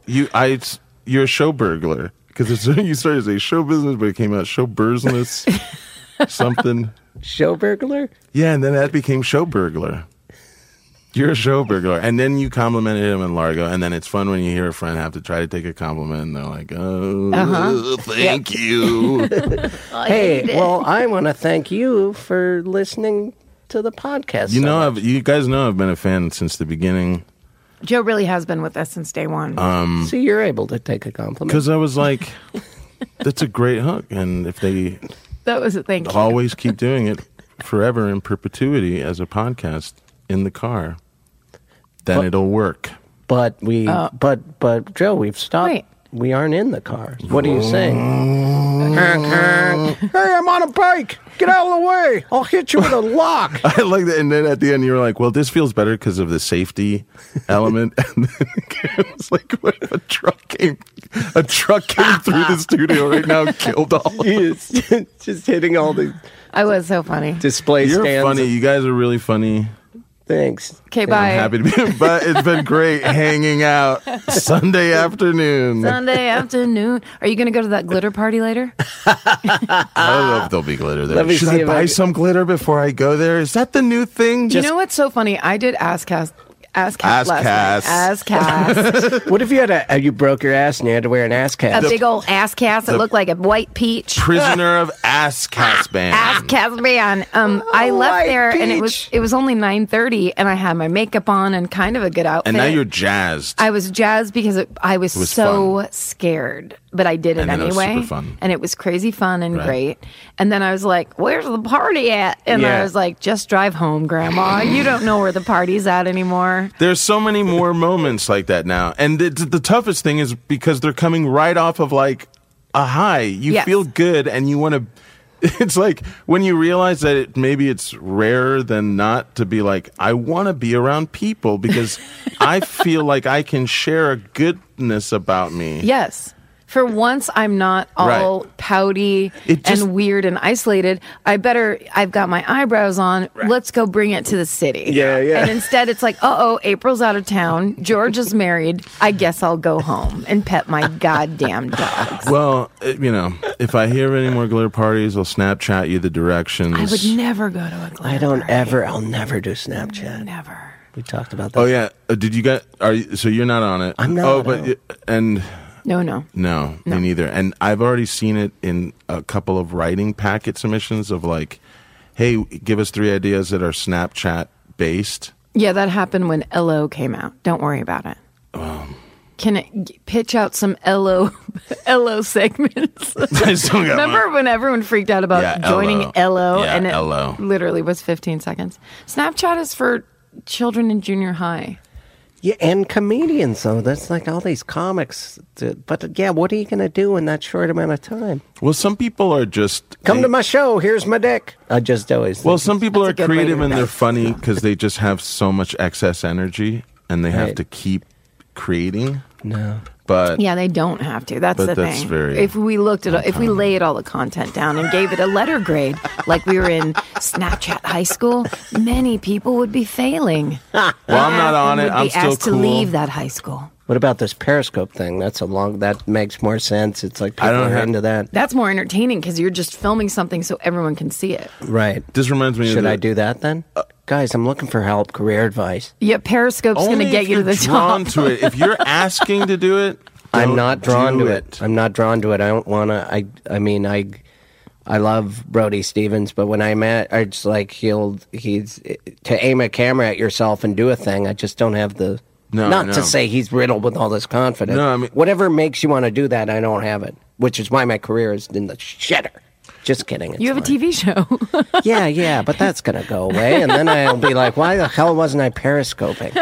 S3: you, I, it's- you're a show burglar because (laughs) you started to say show business, but it came out show business something.
S1: Show burglar?
S3: Yeah, and then that became show burglar. You're a show burglar, and then you complimented him in Largo, and then it's fun when you hear a friend have to try to take a compliment, and they're like, "Oh, thank you."
S1: Hey, well, I want to thank you for listening to the podcast.
S3: you
S1: so
S3: know,
S1: much.
S3: I've, you guys know I've been a fan since the beginning.
S2: Joe really has been with us since day one.
S1: so you're able to take a compliment.
S3: Because I was like, (laughs) that's a great hook. And if they
S2: that was a thank you.
S3: always keep doing it forever in perpetuity as a podcast in the car, then it'll work.
S1: But we, but but Joe, we've stopped.
S2: Uh, Wait.
S1: We aren't in the car. What are you saying? (laughs) hey, I'm on a bike. Get out of the way. I'll hit you with a lock.
S3: (laughs)
S1: (laughs)
S3: I like that. And then at the end, you were like, well, this feels better because of the safety element. (laughs) and then it was like, what if a truck came, a truck came through the studio right now and killed all of us?
S1: just, (laughs) just hitting all the
S2: I was
S1: (laughs)
S2: so funny.
S1: display
S3: You're
S1: stands.
S3: funny. You guys are really funny.
S1: Thanks.
S2: Okay,
S3: I'm
S2: bye.
S3: happy to be, (laughs) but it's been great hanging out
S2: (laughs)
S3: Sunday afternoon.
S2: Sunday afternoon. Are you going to go to that glitter party later?
S3: I don't
S2: Ah.
S3: know if there'll be glitter there.
S1: Let me
S3: Should
S1: see
S3: I
S1: if I
S3: buy
S1: can-
S3: some glitter before I go there? Is that the new thing?
S2: you know what's so funny? I did ask cast. Ask cast.
S3: Ass
S1: (laughs)
S2: Ask cast.
S1: What if you had a uh, you broke your ass and you had to wear an ass
S2: a
S1: cast?
S2: big old ass cast that looked like a white peach.
S3: prisoner of ass
S2: (laughs)
S3: cast band. (laughs)
S2: Ask Caspian. Um, I
S3: Oh,
S2: left
S1: White
S2: there and it was
S1: peach.
S2: it was only nine thirty, and I had my makeup on and kind of a good outfit.
S3: and now you're jazzed.
S2: I was jazzed because it, I was,
S3: was
S2: so scared, but I did it
S3: And then it was
S2: anyway.
S3: super fun.
S2: And it was crazy fun and
S3: Right.
S2: great. And then I was like, "Where's the party at?" And I
S1: Yeah.
S2: was like, "Just drive home, Grandma. you don't know where the party's at anymore."
S3: There's so many more moments like that now. And the, the toughest thing is because they're coming right off of like a high. You
S2: Yes.
S3: feel good and you want to. (laughs) It's like when you realize that it, maybe it's rarer than not to be like, I want to be around
S2: (laughs)
S3: people because I feel like I can share a goodness about me.
S2: Yes. For once, I'm not all
S3: Right.
S2: pouty
S3: It just-
S2: and weird and isolated. I better, I've got my eyebrows on. Let's go bring it to the city.
S1: Yeah, yeah.
S2: And instead, it's like, uh oh, April's out of town. George is married. I guess I'll go home and pet my goddamn dogs.
S3: Well, it, you know, if I hear any more glitter parties, I'll Snapchat you the directions.
S2: I would never go to a glitter
S1: I don't
S2: party.
S1: ever. I'll never do Snapchat.
S2: Never.
S1: We talked about that.
S3: oh yeah, uh, did you get? Are you, so you're not on it?
S1: I'm not,
S3: Oh, but
S1: no.
S3: you- and
S2: No, no.
S3: no, me neither. And I've already seen it in a couple of writing packet submissions of like, hey, give us three ideas that are Snapchat based.
S2: Yeah, that happened when LO came out. Don't worry about it.
S3: Um.
S2: Can it g- pitch out some LO, (laughs) LO segments?
S3: (laughs) I still got
S2: Remember when everyone freaked out about
S3: Yeah,
S2: joining
S3: LO.
S2: LO,
S3: Yeah,
S2: and it
S3: LO.
S2: literally was 15 seconds? Snapchat is for children in junior high.
S1: Yeah, and comedians. So that's like all these comics. to- But yeah, what are you going to do in that short amount of time?
S3: Well, some people are just
S1: Come
S3: they-
S1: to my show. Here's my dick. I just always.
S3: Well, some people
S2: That's
S3: are
S2: a good way to
S3: creative and
S2: do
S3: they're
S1: (laughs)
S2: that.
S3: funny because they just have so much excess energy and they have
S1: Right.
S3: to keep creating.
S1: no.
S3: But
S2: Yeah, they don't have to. That's
S3: But
S2: the
S3: that's
S2: thing.
S3: very
S2: if we looked at if we laid all the content down and gave it a letter grade, like we were in Snapchat high school, many people would be failing.
S3: well, I'm not on
S2: Would
S3: it.
S2: be
S3: I'm still
S2: asked
S3: cool.
S2: to leave that high school.
S1: What about this Periscope thing? That's a long. That makes more sense. It's like people
S3: don't
S1: are
S3: have-
S1: into that.
S2: That's more entertaining because you're just filming something so everyone can see it.
S1: Right.
S3: This reminds me. of
S1: Should
S3: the,
S1: I do that Uh, then? Guys, I'm looking for help, career advice.
S2: Yeah, Periscope's going
S3: Only
S2: to get
S3: if
S2: you to the
S3: you're drawn
S2: top.
S3: to it.
S2: (laughs)
S3: If you're asking to do it,
S1: I'm
S3: don't
S1: not drawn
S3: do
S1: to it. I'm not drawn to it. I don't want to. I. I mean, I. I love Brody Stevens, but when I met, I just like he'll he's to aim a camera at yourself and do a thing. I just don't have the.
S3: No,
S1: not
S3: no.
S1: to say he's riddled with all this confidence.
S3: No, I mean-
S1: whatever makes you want to do that, I don't have it, which is why my career is in the shitter. Just kidding.
S2: You have a TV show.
S1: TV. Yeah, yeah, but that's gonna go away, and then I'll be like, why the hell
S2: (laughs)
S1: wasn't I periscoping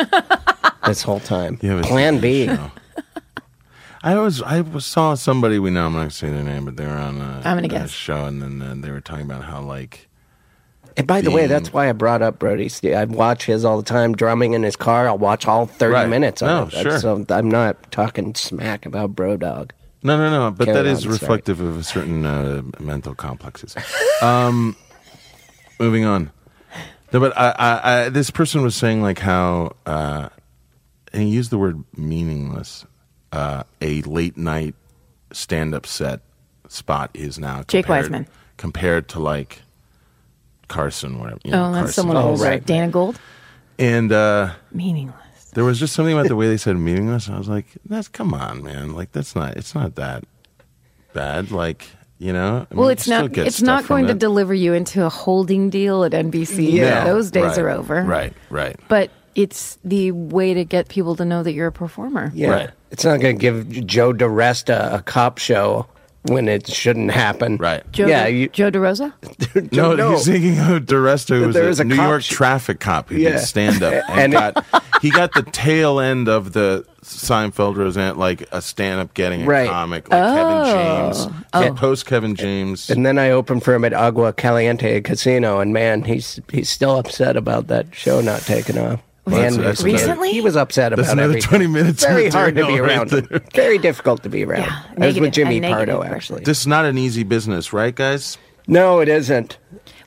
S1: this whole time?
S3: You have a
S1: Plan
S3: TV
S1: B.
S3: show. I was I was- saw somebody we know. I'm not gonna say their name, but they were on a,
S2: I'm gonna
S3: a
S2: guess.
S3: show, and then uh, they were talking about how like
S1: And by the way, that's
S3: Being-
S1: why I brought up Brody. Ste- I watch his all the time, drumming in his car. I'll watch all 30
S3: Right.
S1: minutes of
S3: No,
S1: it. That's-
S3: sure.
S1: So I'm not talking smack about Bro Dog.
S3: no, no, no. But
S1: Carry
S3: that is
S1: on, sorry.
S3: reflective of a certain uh, mental complexes. Um, moving on. No, but I, I, I, this person was saying like how uh, and he used the word meaningless. Uh, a late night stand up set spot is now
S2: Jake
S3: compared-
S2: Wiseman.
S3: compared to like Carson, whatever. you know,
S2: Oh,
S3: Carson.
S2: that's someone
S1: Oh,
S2: older.
S1: right.
S2: Dana Gold?
S3: And uh,
S2: Meaningless.
S3: there was just something about the way they said meaningless. and I was like, that's come on, man. Like that's not. It's not that bad. Like you know. I
S2: Well,
S3: mean,
S2: it's
S3: you still
S2: not.
S3: get
S2: It's
S3: stuff
S2: not
S3: from
S2: going to
S3: it.
S2: deliver you into a holding deal at NBC.
S1: Yeah.
S3: No,
S2: those days
S3: right,
S2: are over.
S3: Right. Right.
S2: But it's the way to get people to know that you're a performer.
S1: Yeah.
S3: Right.
S1: It's not going to give Joe DiResta a cop show when it shouldn't happen.
S3: Right.
S2: Joe,
S1: yeah.
S2: De,
S1: you-
S2: Joe DeRosa.
S3: No,
S1: no.
S3: he's thinking of DeResto, who was
S1: There
S3: a,
S1: is a
S3: New
S1: cop
S3: York
S1: sh-
S3: traffic cop who
S1: Yeah.
S3: did
S1: (laughs)
S3: stand up and,
S1: And-
S3: got he got the tail end of the Seinfeld Roseanne, like a stand up getting a
S1: Right.
S3: comic, like
S2: Oh.
S3: Kevin James, post Kevin James.
S1: And then I opened for him at Agua Caliente Casino, and man, he's he's still upset about that show not taking off.
S3: that's-
S1: and
S3: that's
S1: he was-
S2: another-
S1: he was upset about
S3: That's another
S1: everything.
S3: 20 minutes of
S1: Very hard to be
S3: material right
S1: around.
S3: there.
S1: him. Very difficult to be around.
S2: Yeah,
S1: I was with
S2: negative- a
S1: Jimmy
S2: negative
S1: Pardo
S2: person.
S1: actually.
S3: this is not an easy business, right, guys?
S1: No, it isn't.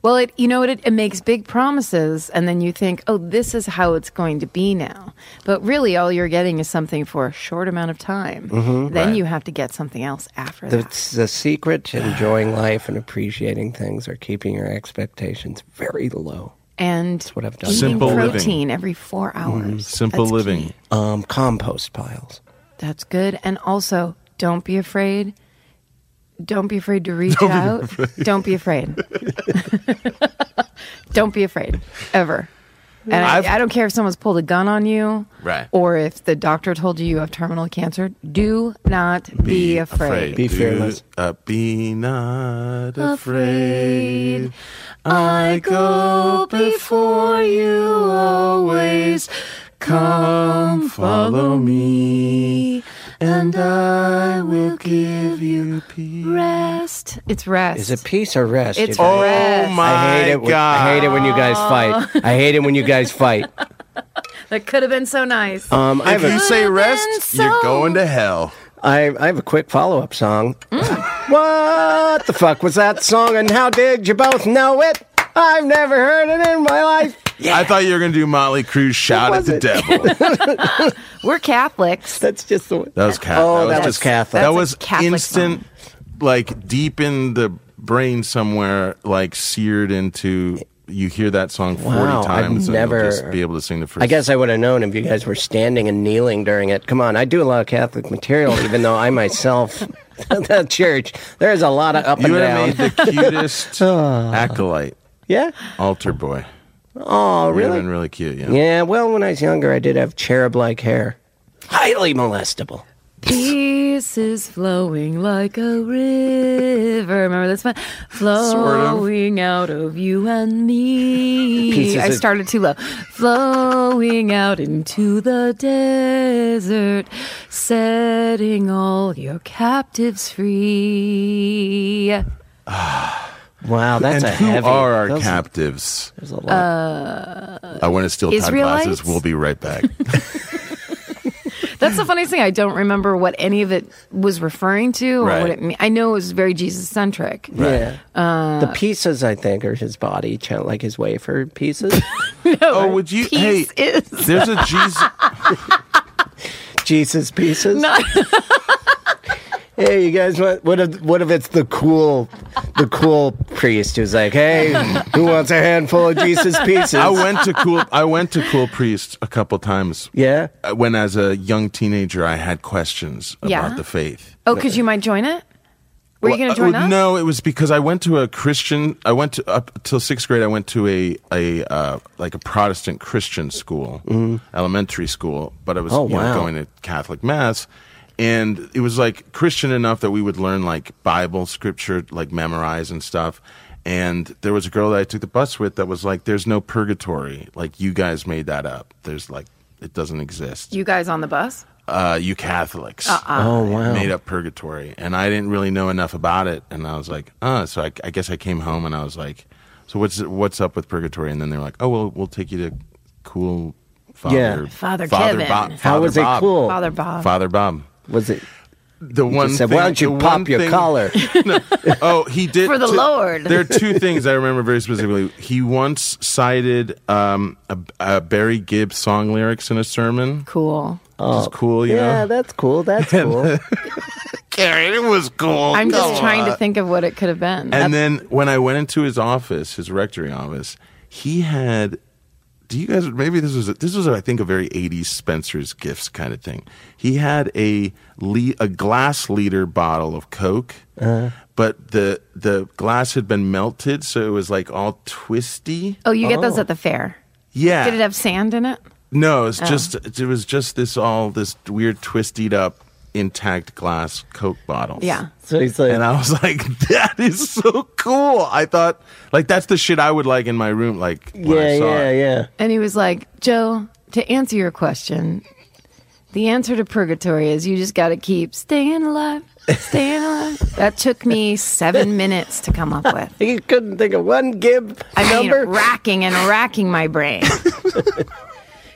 S2: Well, it you know what it, it makes big promises, and then you think, oh, this is how it's going to be now. But really, all you're getting is something for a short amount of time. then
S3: Mm-hmm. Right.
S2: you have to get something else after that.
S1: It's the secret to enjoying life and appreciating things or keeping your expectations very low.
S2: and
S1: what I've done.
S2: eating
S3: Simple living. Mm-hmm.
S2: protein every four hours.
S3: Simple
S2: That's
S3: living.
S2: key.
S1: Um, compost piles.
S2: That's good. And also, don't be afraid. Don't be afraid to reach out. Don't be afraid. (laughs) don't be afraid ever. And
S3: I've-
S2: I, I don't care if someone's pulled a gun on you,
S3: Right.
S2: Or if the doctor told you you have terminal cancer. Do not be, afraid.
S1: Be
S3: Do-
S1: fearless.
S3: Uh, be not afraid. I go before you always. Come follow me, and I will give you peace.
S2: Rest. It's rest.
S1: Is it peace or rest?
S2: It's
S1: You guys?
S2: rest.
S3: Oh
S2: Yes.
S3: my
S1: I hate it. When,
S3: God!
S1: I hate it when you guys fight. I hate it when you guys fight.
S2: (laughs) that could have been so nice.
S1: Um, I have
S3: If
S1: a,
S3: you say
S2: Could've been
S3: rest,
S2: so-
S3: you're going to hell.
S1: I, I have a quick follow up song.
S2: Mm.
S1: what the fuck was that song? And how did you both know it? I've never heard it in my life.
S3: I thought you were going to do Motley Crue's "Shout at the Devil."
S2: We're Catholics.
S1: That's just the.
S3: That was Catholic.
S1: Oh, that
S3: was
S1: was Catholic.
S3: That
S2: That's a
S3: was
S2: Catholic
S3: instant, like deep in the brain somewhere, like seared into. You hear that song forty
S1: Wow, I've
S3: times, and
S1: never-
S3: you'll just be able to sing the first.
S1: I guess I would have known if you guys were standing and kneeling during it. Come on, I do a lot of Catholic material, even though I myself, (laughs) the church, there's a lot of up
S3: you
S1: and
S3: would
S1: down. (laughs)
S3: have made the cutest acolyte
S1: yeah.
S3: altar boy.
S1: Oh,
S3: You would have
S1: really?
S3: been really cute. Yeah.
S1: Yeah. Well, when I was younger, I did have cherub-like hair, highly molestable.
S2: Peace is flowing like a river. Remember this one?
S3: of.
S2: Flowing out of you and me.
S1: Peace is
S2: I
S1: a-
S2: started too low. Flowing out into the desert, setting all your captives free.
S1: Wow, that's
S3: and
S1: a
S3: who
S1: heavy.
S3: are our
S1: those-
S3: captives? Uh,
S1: there's a lot.
S3: I want to steal Todd
S2: Israelites?
S3: glasses. We'll be
S2: (laughs)
S3: right back.
S2: That's the funniest thing. I don't remember what any of it was referring to or
S3: Right.
S2: what it mean. I know it was very Jesus
S3: (laughs)
S2: centric.
S1: Yeah. the pieces, I think, are his body, cha- like his wafer pieces.
S3: (laughs) oh, would you?
S2: Peace
S3: hey,
S2: is. (laughs)
S3: there's a Jesus.
S1: Jesus pieces. (laughs) hey, you guys, what, what, if, what if it's the cool, the cool priest who's like, hey, who wants a handful of Jesus pieces?
S3: (laughs) I went to cool. I went to cool priest a couple times.
S1: yeah.
S3: Uh, When as a young teenager, I had questions
S2: Yeah.
S3: about the faith.
S2: Oh, because you might join it? Were you going to
S3: Well,
S2: join
S3: uh,
S2: us?
S3: No, it was because I went to a Christian. I went to up till sixth grade. I went to a a uh, like a Protestant Christian school, elementary school. But I was
S1: Mm-hmm. Oh,
S3: you know,
S1: wow.
S3: going to Catholic mass, and it was like Christian enough that we would learn like Bible scripture, like memorize and stuff. And there was a girl that I took the bus with that was like, "There's no purgatory. Like you guys made that up. There's like it doesn't exist."
S2: You guys on the bus?
S3: uh, you Catholics
S2: Uh-uh.
S1: oh wow.
S3: made up purgatory, and I didn't really know enough about it. And I was like, uh, so I, I guess I came home and I was like, so what's what's up with purgatory? And then they were like, oh well, we'll take you to cool father,
S1: Yeah.
S2: Father Kevin.
S3: Bob-
S1: How
S3: Father
S1: was
S3: Bob.
S1: it cool?
S2: Father Bob.
S3: Father Bob.
S1: Was it?
S3: The one
S1: said,
S3: thing,
S1: "Why don't you
S3: the
S1: pop
S3: one
S1: your
S3: thing-
S1: collar?"
S3: (laughs) No. Oh, he did
S2: For the
S3: two-
S2: Lord.
S3: There are two things I remember very specifically. He once cited um, a, a Barry Gibb song lyrics in a sermon.
S2: Cool.
S3: Which is cool, you
S1: Oh. Yeah,
S3: know.
S1: that's cool.
S3: (laughs)
S1: That's cool.
S3: Karen, it was cool.
S2: I'm
S3: Come
S2: just trying to
S3: on.
S2: think of what it could have been.
S3: And then when I went into his office, his rectory office, he had. Do you guys? Maybe this was this was I think a very '80s Spencer's Gifts kind of thing. He had a le- a glass liter bottle of Coke,
S2: Uh-huh.
S3: but the the glass had been melted, so it was like all twisty.
S2: oh, you get those at the fair.
S3: Yeah,
S2: Did it Oh. have sand in it?
S3: no, it's just it was just this all this weird twisted up intact glass Coke bottle.
S2: Yeah.
S1: so he's like,
S3: And I was (laughs) like, that is so cool. I thought, like, that's the shit I would like in my room. Like, when
S1: yeah,
S3: I saw
S1: yeah,
S3: it.
S1: yeah.
S2: And he was like, Joe, to answer your question, the answer to purgatory is you just got to keep staying alive, staying
S3: (laughs)
S2: alive. That took me seven minutes to come up with.
S1: He couldn't think of one gib
S2: I mean,
S1: number.
S2: racking and racking my
S3: (laughs)
S2: brain.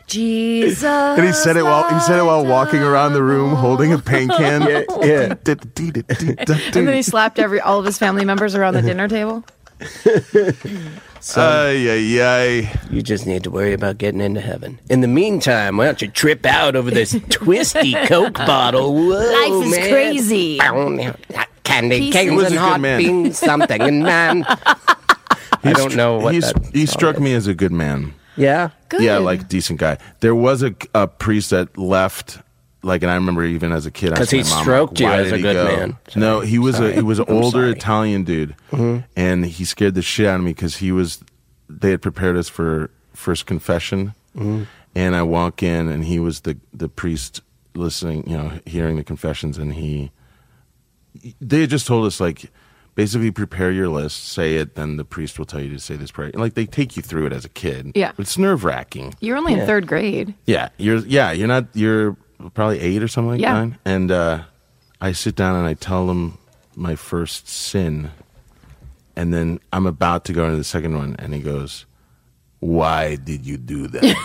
S2: Jesus.
S3: And he said it while he said it while walking around the room holding a paint can. (laughs)
S1: yeah.
S2: And then he slapped every all of his family members around the dinner table.
S3: Ay, ay, ay.
S1: You just need to worry about getting into heaven. In the meantime, why don't you trip out over
S2: (laughs)
S1: this twisty Coke bottle? Whoa,
S2: Life is
S1: man.
S2: crazy.
S1: Bow, Candy
S2: Pieces. He
S1: canes
S2: was
S1: and
S3: a good
S1: hot
S3: man.
S1: beans, something, and (laughs) man. I don't know what
S3: He's-
S1: that
S3: he
S1: song
S3: struck
S1: is.
S3: me as a good man.
S1: Yeah,
S2: Good.
S3: Yeah, like decent guy. There was a, a priest that left. Like, and I remember even as a kid, I
S1: 'Cause he
S3: asked my mom,
S1: stroked you
S3: "Why
S1: as
S3: did
S1: a
S3: he
S1: good
S3: go?"
S1: man.
S3: no, he was a he was an
S1: (laughs) I'm
S3: older
S1: sorry. Mm-hmm.
S3: Italian dude, and he scared the shit out of me because he was. They had prepared us for first confession,
S1: Mm-hmm.
S3: and I walk in, and he was the the priest listening, you know, hearing the confessions, and he they had just told us like basically prepare your list, say it, then the priest will tell you to say this prayer. And, like they take you through it as a kid.
S2: Yeah.
S3: It's nerve wracking.
S2: You're only in third grade.
S3: Yeah, you're. Yeah, you're not. You're probably eight or something like
S2: Yeah.
S3: nine. And uh, I sit down and I tell him my first sin, and then I'm about to go into the second one, and he goes, "Why did you
S2: (laughs)
S3: do that?"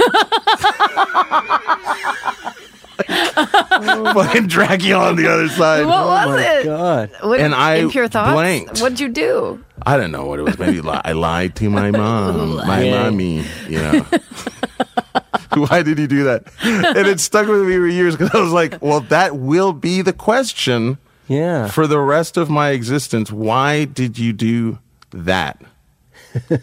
S3: (laughs) Fucking Dracula on the other side.
S2: What was it?
S1: God.
S2: What,
S3: And I
S2: impure thoughts.
S3: blanked.
S2: What'd you do?
S3: I don't know what it was. Maybe li- I lied to
S2: (laughs)
S3: my mom, my
S1: Yeah.
S3: mommy. You know. (laughs) Why did he do that? And it stuck with me for years because I was like, well, that will be the question
S1: yeah.
S3: for the rest of my existence. Why did you do that?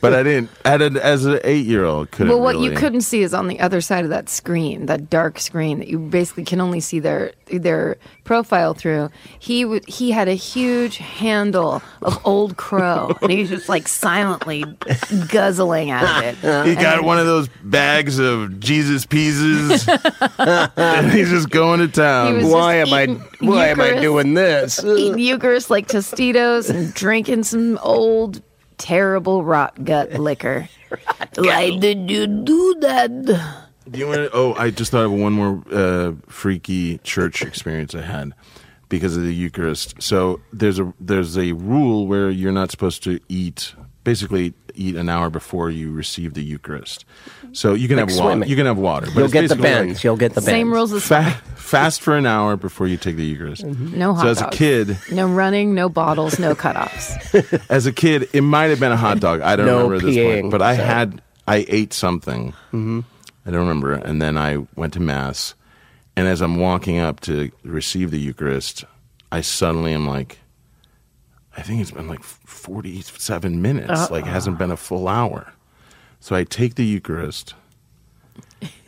S3: But I didn't. At an, as an eight-year-old, couldn't.
S2: Well, what you
S3: really-
S2: couldn't see is on the other side of that screen, that dark screen that you basically can only see their their profile through. He w- he had a huge handle of Old Crow, and he was just like silently guzzling out of it.
S3: He got one of those bags of
S2: (laughs)
S3: Jesus pieces, (laughs) and he's just going to
S2: He
S3: town.
S2: was
S1: Why
S2: just
S1: am I?
S2: eating
S1: Why am I
S2: Eucharist.
S1: doing this?
S2: Eating Eucharist like Tostitos and drinking some old terrible rot gut liquor. (laughs) Why did you do that?
S3: Do you want to, oh, I just thought of one more uh, freaky church experience I had because of the Eucharist. So there's a there's a rule where you're not supposed to eat basically eat an hour before you receive the Eucharist. So you can
S1: Like
S3: have water.
S1: swimming.
S3: You can have water. But
S1: You'll
S3: it's
S1: get the
S3: basically like
S1: bends. You'll get the bends.
S2: Same rules as
S3: fa- fast for an hour before you take the Eucharist.
S2: No Mm-hmm. hot
S3: So as a
S2: dogs.
S3: kid,
S2: No running, no bottles, no cutoffs.
S3: as a kid, it might have been a hot dog. I don't
S1: No
S3: remember at this
S1: peeing,
S3: point, but I
S1: so. Mm-hmm.
S3: had I ate something. I don't remember, and then I went to mass, and as I'm walking up to receive the Eucharist, I suddenly am like, I think it's been like 47 minutes. Like it hasn't been a full hour. So I take the Eucharist,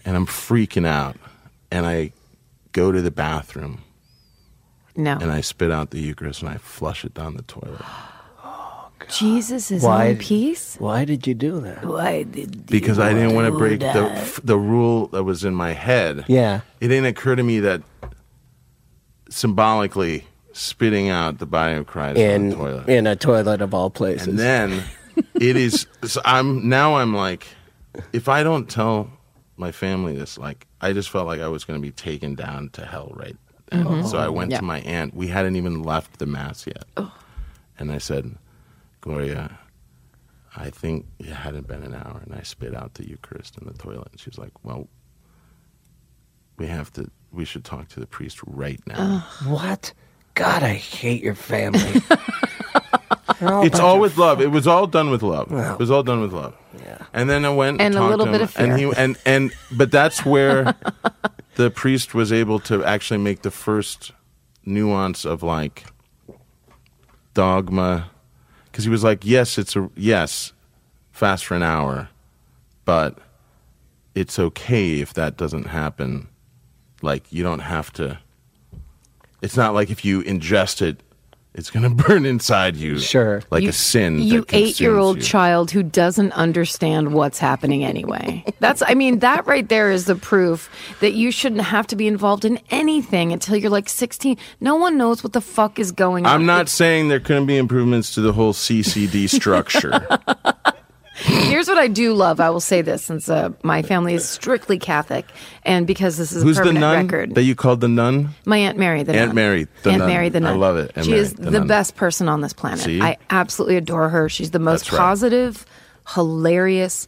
S3: and I'm freaking out, and I go to the bathroom
S2: No.
S3: and I spit out the Eucharist and I flush it down the toilet.
S2: (laughs) Jesus is
S1: Why-
S2: one piece.
S1: Why did you do that?
S2: Why did
S3: because I didn't want to break the f- the rule that was in my head.
S1: Yeah.
S3: it didn't occur to me that symbolically spitting out the body of Christ on
S1: In
S3: the toilet,
S1: in a toilet of all places.
S3: and then it is. So I'm now I'm like, if I don't tell my family this. Like, I just felt like I was going to be taken down to hell right then. So I went
S2: Yeah.
S3: to my aunt. We hadn't even left the mass yet. And I said, Gloria, I think it hadn't been an hour. And I spit out the Eucharist in the toilet. And she was like, Well, we have to, we should talk to the priest right now.
S1: What? God, I hate your family.
S2: Oh,
S3: it's all with love. It was all done with love.
S1: Well.
S3: it was all done with love. And then I went
S2: And a
S3: talked
S2: little
S3: to
S2: bit
S3: him,
S2: of fear.
S3: And he and and but that's where (laughs) the priest was able to actually make the first nuance of like dogma because he was like, yes, it's a yes, fast for an hour, but it's okay if that doesn't happen. Like you don't have to. It's not like if you ingest it, it's gonna (laughs) burn inside you.
S1: Sure.
S3: like
S2: You-
S3: a sin. that
S2: You
S3: consumes
S2: eight year old
S3: you.
S2: child who doesn't understand what's happening (laughs) anyway. That's, I mean, that right there is the proof that you shouldn't have to be involved in anything until you're like 16. No one knows what the fuck is going on.
S3: I'm not saying there couldn't be improvements to the
S2: (laughs)
S3: whole CCD structure.
S2: Here's what I do love. I will say this since uh, my family is strictly Catholic, and because this is a
S3: Who's the
S2: permanent
S3: nun
S2: record.
S3: that you called the nun?
S2: My Aunt Mary, the
S3: Aunt
S2: nun.
S3: Mary, the
S2: Aunt
S3: nun.
S2: Mary, the
S3: I
S2: nun.
S3: love it, Aunt
S2: she
S3: Mary,
S2: is
S3: the
S2: the,
S3: nun.
S2: best person on this planet.
S3: See?
S2: I absolutely adore her. She's the most
S3: That's right.
S2: positive, hilarious.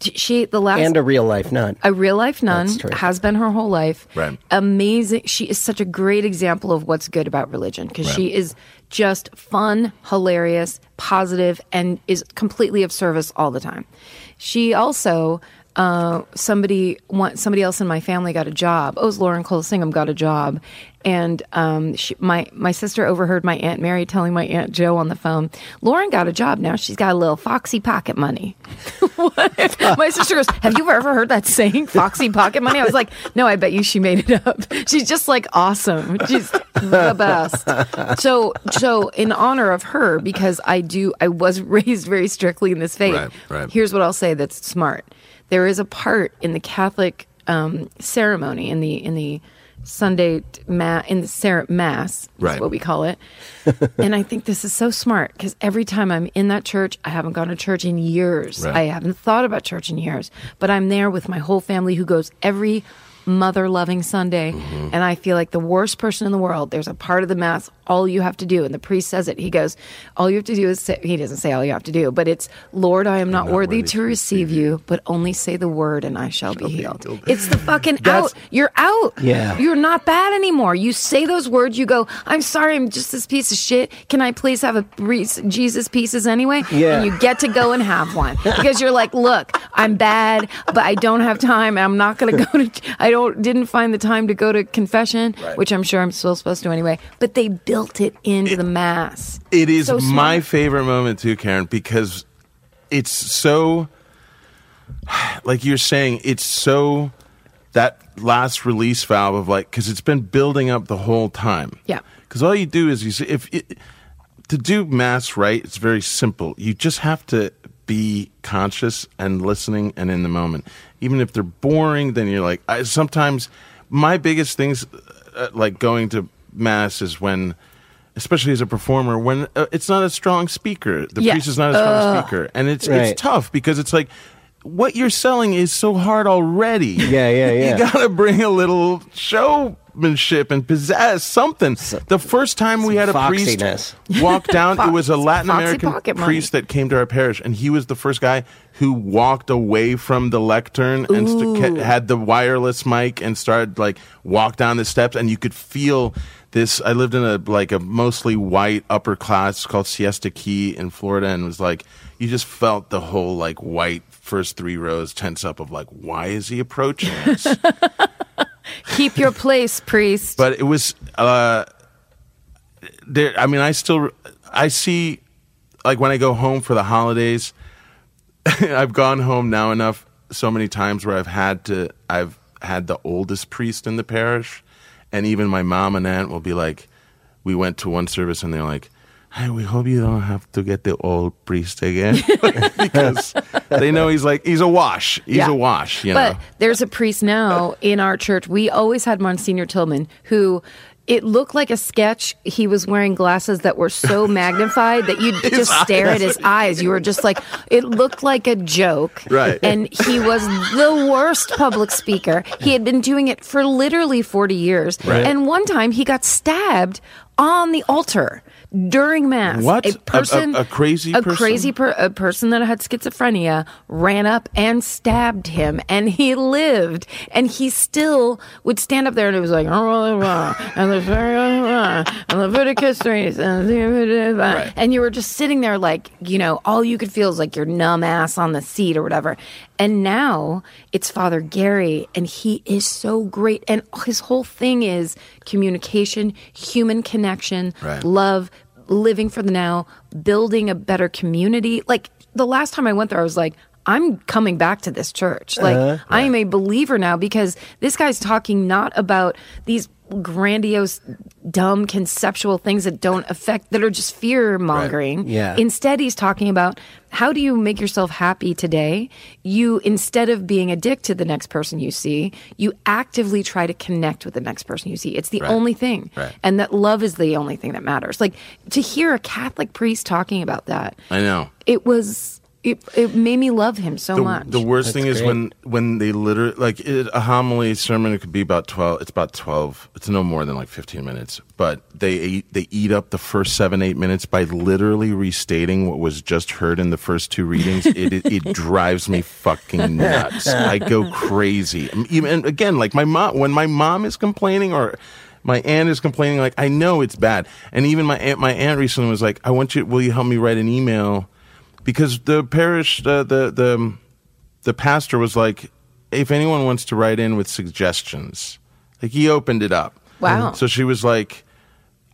S2: She the last
S1: and a real life nun.
S2: a real life nun
S1: That's terrific.
S2: has been her whole life.
S3: Right.
S2: Amazing. She is such a great example of what's good about religion because she is just fun, hilarious, positive, and is completely of service all the time. She also. Uh, somebody, one, somebody else in my family got a job. Oh, it was Lauren Cole Singham got a job, and um, she, my my sister overheard my aunt Mary telling my aunt Joe on the phone, "Lauren got a job now. She's got a little foxy pocket money." (laughs) My sister goes, Have you ever heard that saying, Foxy Pocket Money? I was like, No, I bet you she made it up. (laughs) She's just like awesome. She's the best. So, so in honor of her, because I do, I was (laughs) raised very strictly in this faith.
S3: Right, right.
S2: Here's what I'll say that's smart. There is a part in the Catholic um, ceremony, in the, in the, Sunday t- ma- in the ser- mass is
S3: Right.
S2: what we call (laughs) it, and I think this is so smart because every time I'm in that church, I haven't gone to church in years.
S3: Right.
S2: I haven't thought about church in years, but I'm there with my whole family who goes every mother loving Sunday, and I feel like the worst person in the world. There's a part of the mass, all you have to do, and the priest says it. He goes, All you have to do is say, he doesn't say all you have to do, but it's, Lord, I am not, worthy, to receive you, but only say the word and I shall be healed. It's the fucking out. You're out.
S1: Yeah.
S2: You're not bad anymore. You say those words, you go, I'm sorry, I'm just this piece of shit. Can I please have a re- Jesus pieces anyway?
S1: Yeah.
S2: And you get to go and have
S3: (laughs)
S2: one because you're like, look, I'm bad, but I don't have time. I'm not going to go to, I don't, didn't find the time to go to confession, which I'm sure I'm still supposed to anyway, but they built it into the mass.
S3: It is
S2: So smart.
S3: my favorite moment too, Karen, because it's so like you're saying, it's so that last release valve of like because it's been building up the whole time.
S2: Yeah.
S3: Because all you do is you see if it, to do mass right, it's very simple. You just have to be conscious and listening and in the moment. Even if they're boring, then you're like I, sometimes my biggest things uh, like going to mass is when especially as a performer when uh, it's not a strong speaker the
S2: Yeah.
S3: priest is not a strong speaker and it's
S1: Right.
S3: it's tough because it's like what you're selling is so hard already.
S1: (laughs) Yeah, yeah, yeah.
S3: You gotta bring a little showmanship and pizzazz, something. the first time we had a
S1: foxiness.
S3: (laughs) priest walk down, it was a
S2: Fox-
S3: Latin
S2: foxy
S3: American
S2: pocket money.
S3: priest that came to our parish, and he was the first guy who walked away from the lectern and st- ca- had the wireless mic and started like walk down the steps, and you could feel this. I lived in a like a mostly white upper class called Siesta Key in Florida, and it was like you just felt the whole like white first three rows tense up of like why is he approaching
S2: (laughs)
S3: us.
S2: Keep your place, priest.
S3: but it was uh there i mean i still i see like when i go home for the holidays (laughs) i've gone home now enough so many times where i've had to i've had the oldest priest in the parish and even my mom and aunt will be like we went to one service and they're like Hey, we hope you don't have to get the old priest again (laughs) because they know he's like he's a wash. He's
S2: Yeah.
S3: a wash, you know.
S2: But there's a priest now in our church. We always had Monsignor Tillman, who It looked like a sketch. He was wearing glasses that were
S3: (laughs)
S2: so magnified that you'd just stare at his eyes. You were just like, it looked like a joke.
S3: Right.
S2: And he was the worst public speaker. He had been doing it for literally 40 years.
S3: Right.
S2: And one time he got stabbed on the altar during mass.
S3: What? A-
S2: A
S3: a-
S2: person,
S3: a crazy
S2: a
S3: person?
S2: crazy per- a person that had schizophrenia ran up and stabbed him, and he lived, and he still would stand up there and it was like, "Oh, and the and Leviticus three, and the- and you were just sitting there like, you know, all you could feel is like your numb ass on the seat or whatever. And now it's Father Gary, and he is so great, and his whole thing is communication, human connection,
S3: Right.
S2: love, living for the now, building a better community. Like the last time I went there, I was like, I'm coming back to this church. Like, I am a believer now because this guy's talking not about these grandiose, dumb, conceptual things that don't affect, that are just fear mongering.
S1: Yeah.
S2: Instead, he's talking about how do you make yourself happy today? You, instead of being a dick to the next person you see, you actively try to connect with the next person you see. It's the only thing.
S3: Right.
S2: And that love is the only thing that matters. Like to hear a Catholic priest talking about that,
S3: I know.
S2: it was, it, it made me love him so
S3: the,
S2: much.
S3: the worst thing is when when they literally like it, a homily sermon. It could be about twelve. It's about twelve. It's no more than like fifteen minutes. But they eat, they eat up the first seven eight minutes by literally restating what was just heard in the first two readings. it, it
S2: (laughs)
S3: it drives me fucking nuts. I go crazy. Even and again, like my mom when my mom is complaining or. My aunt is complaining, like I know it's bad, and even my aunt, my aunt recently was like, "I want you. Will you help me write an email?" Because the parish, the the um, the the pastor was like, if anyone wants to write in with suggestions, like he opened it up.
S2: Wow.
S3: So she was like,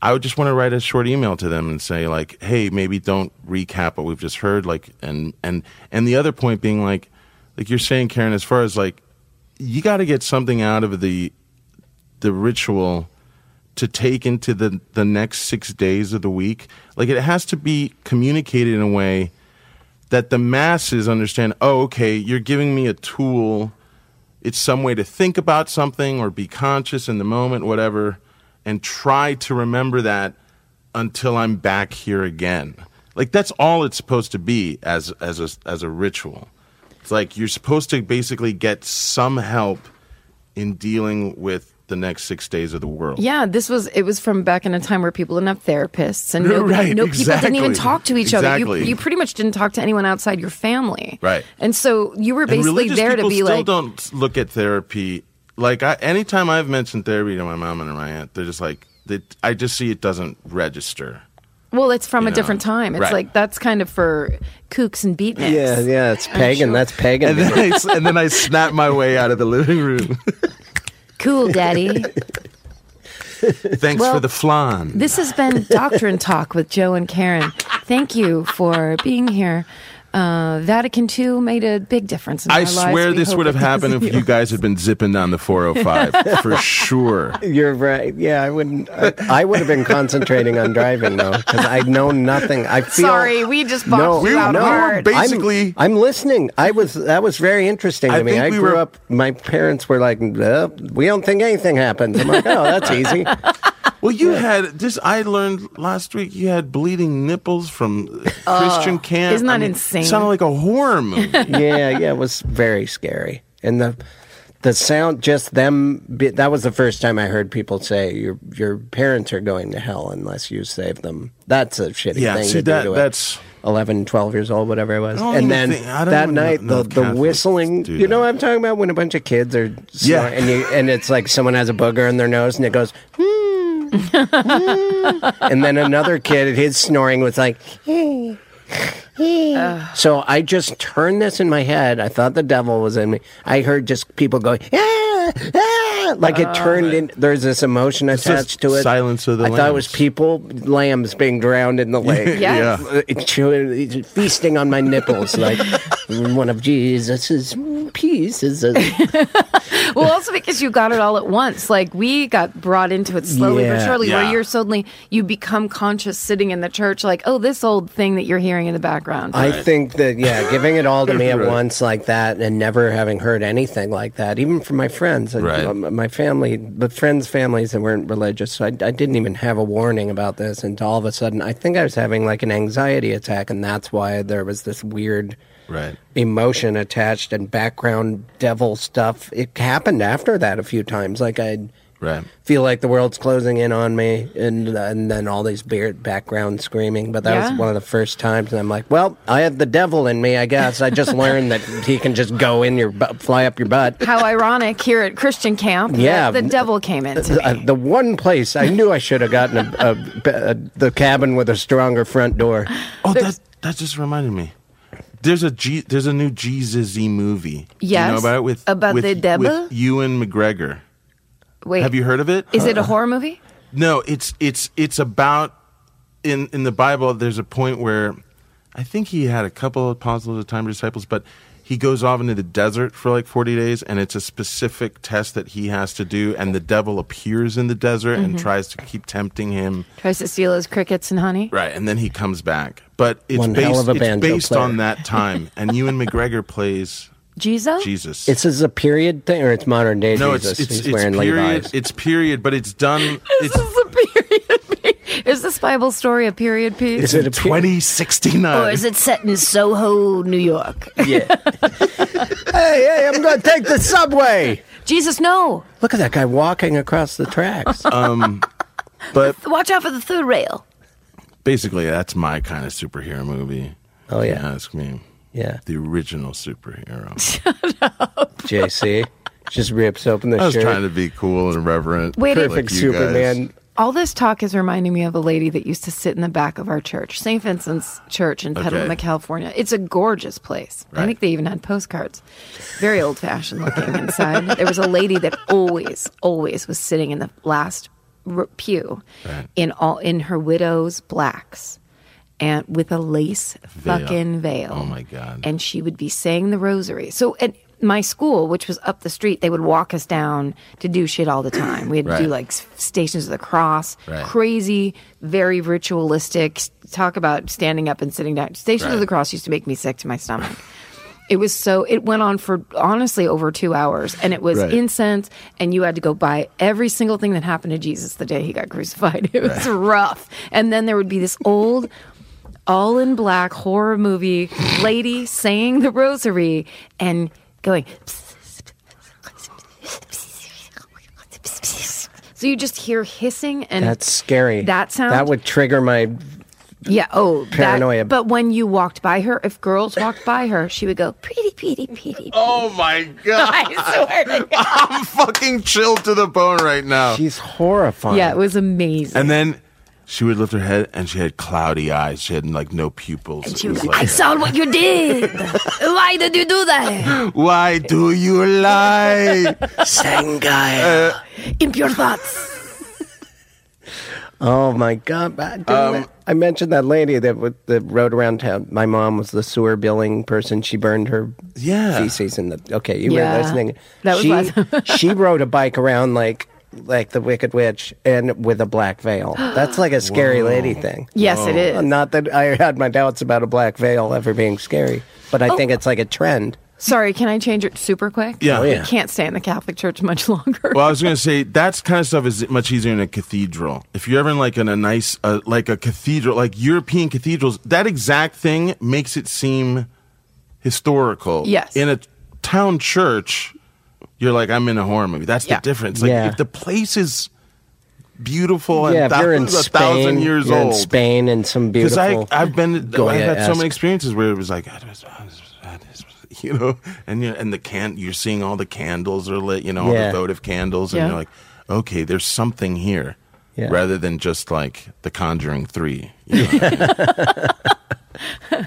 S3: I would just want to write a short email to them and say like, hey, maybe don't recap what we've just heard. Like, and and and the other point being like, like you're saying, Karen, as far as like, you got to get something out of the the ritual to take into the the next six days of the week. Like it has to be communicated in a way that the masses understand oh okay you're giving me a tool it's some way to think about something or be conscious in the moment whatever and try to remember that until i'm back here again like that's all it's supposed to be as as a as a ritual it's like you're supposed to basically get some help in dealing with the next six days of the world
S2: Yeah, this was it was from back in a time where people didn't have therapists
S3: (laughs)
S2: and no,
S3: Right,
S2: no people didn't even
S3: exactly.
S2: talk to each other. You,
S3: Exactly.
S2: you pretty much didn't talk to anyone outside your family.
S3: Right.
S2: And so you were
S3: And
S2: basically
S3: religious
S2: there to
S3: people
S2: be
S3: still
S2: like
S3: don't look at therapy like I, anytime I've mentioned therapy to my mom and my aunt, they're just like they, I just see it doesn't register.
S2: Well, it's from
S3: You
S2: a
S3: know,
S2: different time. It's
S3: right.
S2: like that's kind of for kooks and beatniks.
S1: Yeah, yeah, it's pagan. That's pagan.
S3: And then I, s- and then I snap my way out of the living room.
S2: Cool, daddy.
S3: (laughs) Thanks
S2: Well,
S3: for the flan.
S2: This
S1: (laughs)
S2: has been Doctrine Talk with Joe and Karen. Thank you for being here. Uh, Vatican II made a big difference in
S3: I
S2: our lives.
S3: swear
S2: We
S3: this
S2: hope
S3: would have
S2: it does.
S3: happened if you guys had been zipping down
S2: (laughs)
S3: the 405 for sure.
S1: (laughs) You're right. Yeah, I wouldn't. I, I would have (laughs) been concentrating on driving though, because I know nothing. I feel
S2: Sorry, we just boxed
S1: No,
S2: you out
S3: no,
S2: hard.
S3: ba-
S1: I'm-
S3: Basically-
S1: I'm, listening. I was that was very interesting to
S3: I
S1: me.
S3: think
S1: I
S3: we
S1: grew
S3: were-
S1: up. My parents were like, "Uh, "We don't think anything happens." I'm like, "Oh, that's (laughs) easy."
S3: Well, you had this. I learned last week you had bleeding nipples from Christian camp.
S2: isn't that
S3: I mean,
S2: insane?
S3: Sounded like a horror movie.
S1: yeah, yeah, it was very scary. And the the sound, just them. Be, that was the first time I heard people say your your parents are going to hell unless you save them. That's a shitty
S3: Yeah,
S1: thing
S3: see,
S1: to
S3: that-
S1: do. To
S3: that's-
S1: a, 11, 12 years old, whatever I was.
S3: I don't
S1: and
S3: even
S1: then
S3: think- I don't
S1: that
S3: even
S1: night,
S3: know
S1: the,
S3: if
S1: the
S3: Catholics
S1: whistling.
S3: do
S1: You know
S3: that.
S1: what I'm talking about? When a bunch of kids are
S3: Yeah.
S1: snoring and you and it's like someone has a booger in their nose and it goes. Hmm, hmm." and then another kid, his snoring was like. So I just turned this in my head. I thought the devil was in me. I heard just people going, ah, ah, like it turned in. There's this emotion
S3: Oh, just
S1: attached to it.
S3: Silence of the
S1: I thought it was
S3: Lambs.
S1: people, lambs being drowned
S3: (laughs)
S1: in the lake.
S3: Yeah.
S1: Uh, chewing- feasting on my nipples, like one of Jesus's pieces. Of-
S2: (laughs) well, also because you got it all at once. Like we got brought into it slowly but
S1: Yeah.
S2: surely,
S3: Yeah.
S2: where you're suddenly you become conscious sitting in the church, like, oh, this old thing that you're hearing in the background.
S1: I think that yeah, giving it
S3: (laughs)
S1: all to me at
S3: Right.
S1: once like that, and never having heard anything like that, even from my friends, and,
S3: Right.
S1: um, my family, but friends' families that weren't religious, so I, I didn't even have a warning about this, and all of a sudden, I think I was having like an anxiety attack, and that's why there was this weird
S3: (laughs) Right.
S1: emotion attached and background devil stuff. It happened after that a few times, like I. would
S3: Right.
S1: Feel like the world's closing in on me, and and then all these weird background screaming. But that
S2: Yeah.
S1: was one of the first times, and I'm like, well, I have the devil in me, I guess. I just learned that he can just go in your butt, fly up your butt.
S2: How ironic here at Christian camp. that
S1: Yeah.
S2: the devil came into
S1: Uh,
S2: me.
S1: the one place I knew I should have gotten a, a, a, the cabin with a stronger front door.
S3: Oh, that that just reminded me. There's a G, there's a new Jesus y movie. Do you know
S2: Yes,
S3: about it with
S2: about
S3: with,
S2: the devil?
S3: with Ewan McGregor.
S2: Wait,
S3: Have you heard of it?
S2: Is it a horror movie?
S3: No, it's it's it's about in in the Bible. There's a point where I think he had a couple of apostles at the time disciples, but he goes off into the desert for like 40 days, and it's a specific test that he has to do, and the devil appears in the desert
S2: Mm-hmm.
S3: and tries to keep tempting him.
S2: Tries to steal his crickets and honey.
S3: Right, and then he comes back, but it's
S1: One
S3: based
S1: hell of a
S3: it's
S1: banjo
S3: based
S1: player. (laughs)
S3: on that time, and Ewan McGregor plays
S2: Jesus.
S3: Jesus.
S1: It's is a period thing, or it's modern day
S3: no, it's
S1: Jesus.
S3: it's,
S1: He's
S3: it's
S1: wearing
S3: period.
S1: Levi's.
S3: It's period, but it's done.
S2: (laughs)
S3: It's
S2: This is a period. piece. is this Bible story a period piece?
S1: Is it a period?
S3: 2069.
S2: Oh, it set in Soho, New York?
S1: Yeah. (laughs) hey, hey, I'm going to take the subway.
S2: Jesus, no!
S1: Look at that guy walking across the tracks.
S3: Uh, but
S2: Watch out for the third rail.
S3: basically that's my kind of superhero movie.
S1: Oh,
S3: if you
S1: yeah.
S3: ask me.
S1: yeah,
S3: The
S1: (laughs)
S3: original superhero.
S1: JC just rips open the
S3: I was
S1: shirt.
S3: trying to be cool and reverent.
S2: Wait,
S3: like
S1: Perfect
S3: you guys.
S1: Superman.
S2: All this talk is reminding me of a lady that used to sit in the back of our church, St. Vincent's Church in Petaluma, California. It's a gorgeous place. I
S3: Right.
S2: think they even had postcards. Very old fashioned looking inside. There was a lady that always, always was sitting in the last r- pew in all in her widow's blacks and with a lace
S3: Veil.
S2: fucking veil.
S3: Oh, my God.
S2: And she would be saying the rosary. So at my school, which was up the street, they would walk us down to do shit all the time. We had to do
S3: Right.
S2: like s- Stations of the Cross,
S3: Right.
S2: crazy, very ritualistic. s- Talk about standing up and sitting down. Stations
S3: Right.
S2: of the Cross used to make me sick to my stomach. It was so, it went on for honestly over two hours and it was
S3: Right.
S2: incense, and you had to go buy every single thing that happened to Jesus the day he got crucified. (laughs) It was rough. And then there would be this old, all in black horror movie lady saying the rosary and going. So you just hear hissing and
S1: That's scary.
S2: That sound
S1: That would trigger my.
S2: yeah. Oh, that-
S1: Paranoia.
S2: but when you walked by her, if girls walked by her, she would go pretty, pretty, pretty.
S3: Oh my
S1: (laughs)
S3: god.
S2: I swear. to God.
S3: I'm fucking chilled to the bone right now.
S1: She's horrifying.
S2: Yeah, it was amazing.
S3: and then she would lift her head and she had cloudy eyes. She had like no pupils. It
S2: she
S3: was
S2: was like,
S3: like,
S2: I saw what you did. Why did you do that?
S3: Why do
S1: (laughs)
S3: you lie? Uh,
S1: Sangaya.
S2: Impure thoughts.
S1: oh my god! I, didn't
S3: um,
S1: I- I mentioned that lady that w- that rode around town. My mom was the sewer billing person. She burned her
S3: Yeah.
S1: feces in the. Okay, you
S2: Yeah.
S1: were listening.
S2: That was (laughs) last-
S1: she, she rode a bike around like like the Wicked Witch and with a black
S2: (gasps)
S1: veil. That's like a scary lady thing.
S2: Yes, it is.
S1: Not that I had my doubts about a black veil ever being scary, but I think it's like a trend.
S2: Sorry, can I change it super quick?
S3: Yeah. Oh, yeah.
S2: I can't stay in the Catholic Church much (laughs) longer.
S3: Well, I was going to say that's kind of stuff is much easier in a cathedral. If you're ever in like in a nice, uh, like a cathedral, like European cathedrals, that exact thing makes it seem historical.
S2: Yes.
S3: In a town church, you're like, I'm in a horror movie. That's
S2: Yeah.
S3: the difference. Like
S1: Yeah.
S3: if the place is beautiful and
S1: yeah, if you're in
S3: thousands, a thousand
S1: Spain,
S3: years
S1: you're
S3: old,
S1: in Spain and some
S3: because
S1: beautiful.
S3: I I've been I've had so
S1: Goya-esque.
S3: many experiences where it was like "Ah, this- ah, this- ah, this," you know and you and the can you're seeing all the candles are lit you know all
S1: Yeah.
S3: the votive candles and
S2: Yeah.
S3: you're like okay there's something here
S1: Yeah.
S3: rather than just like the Conjuring three you
S1: (laughs)
S3: know (laughs) what I mean?
S2: my,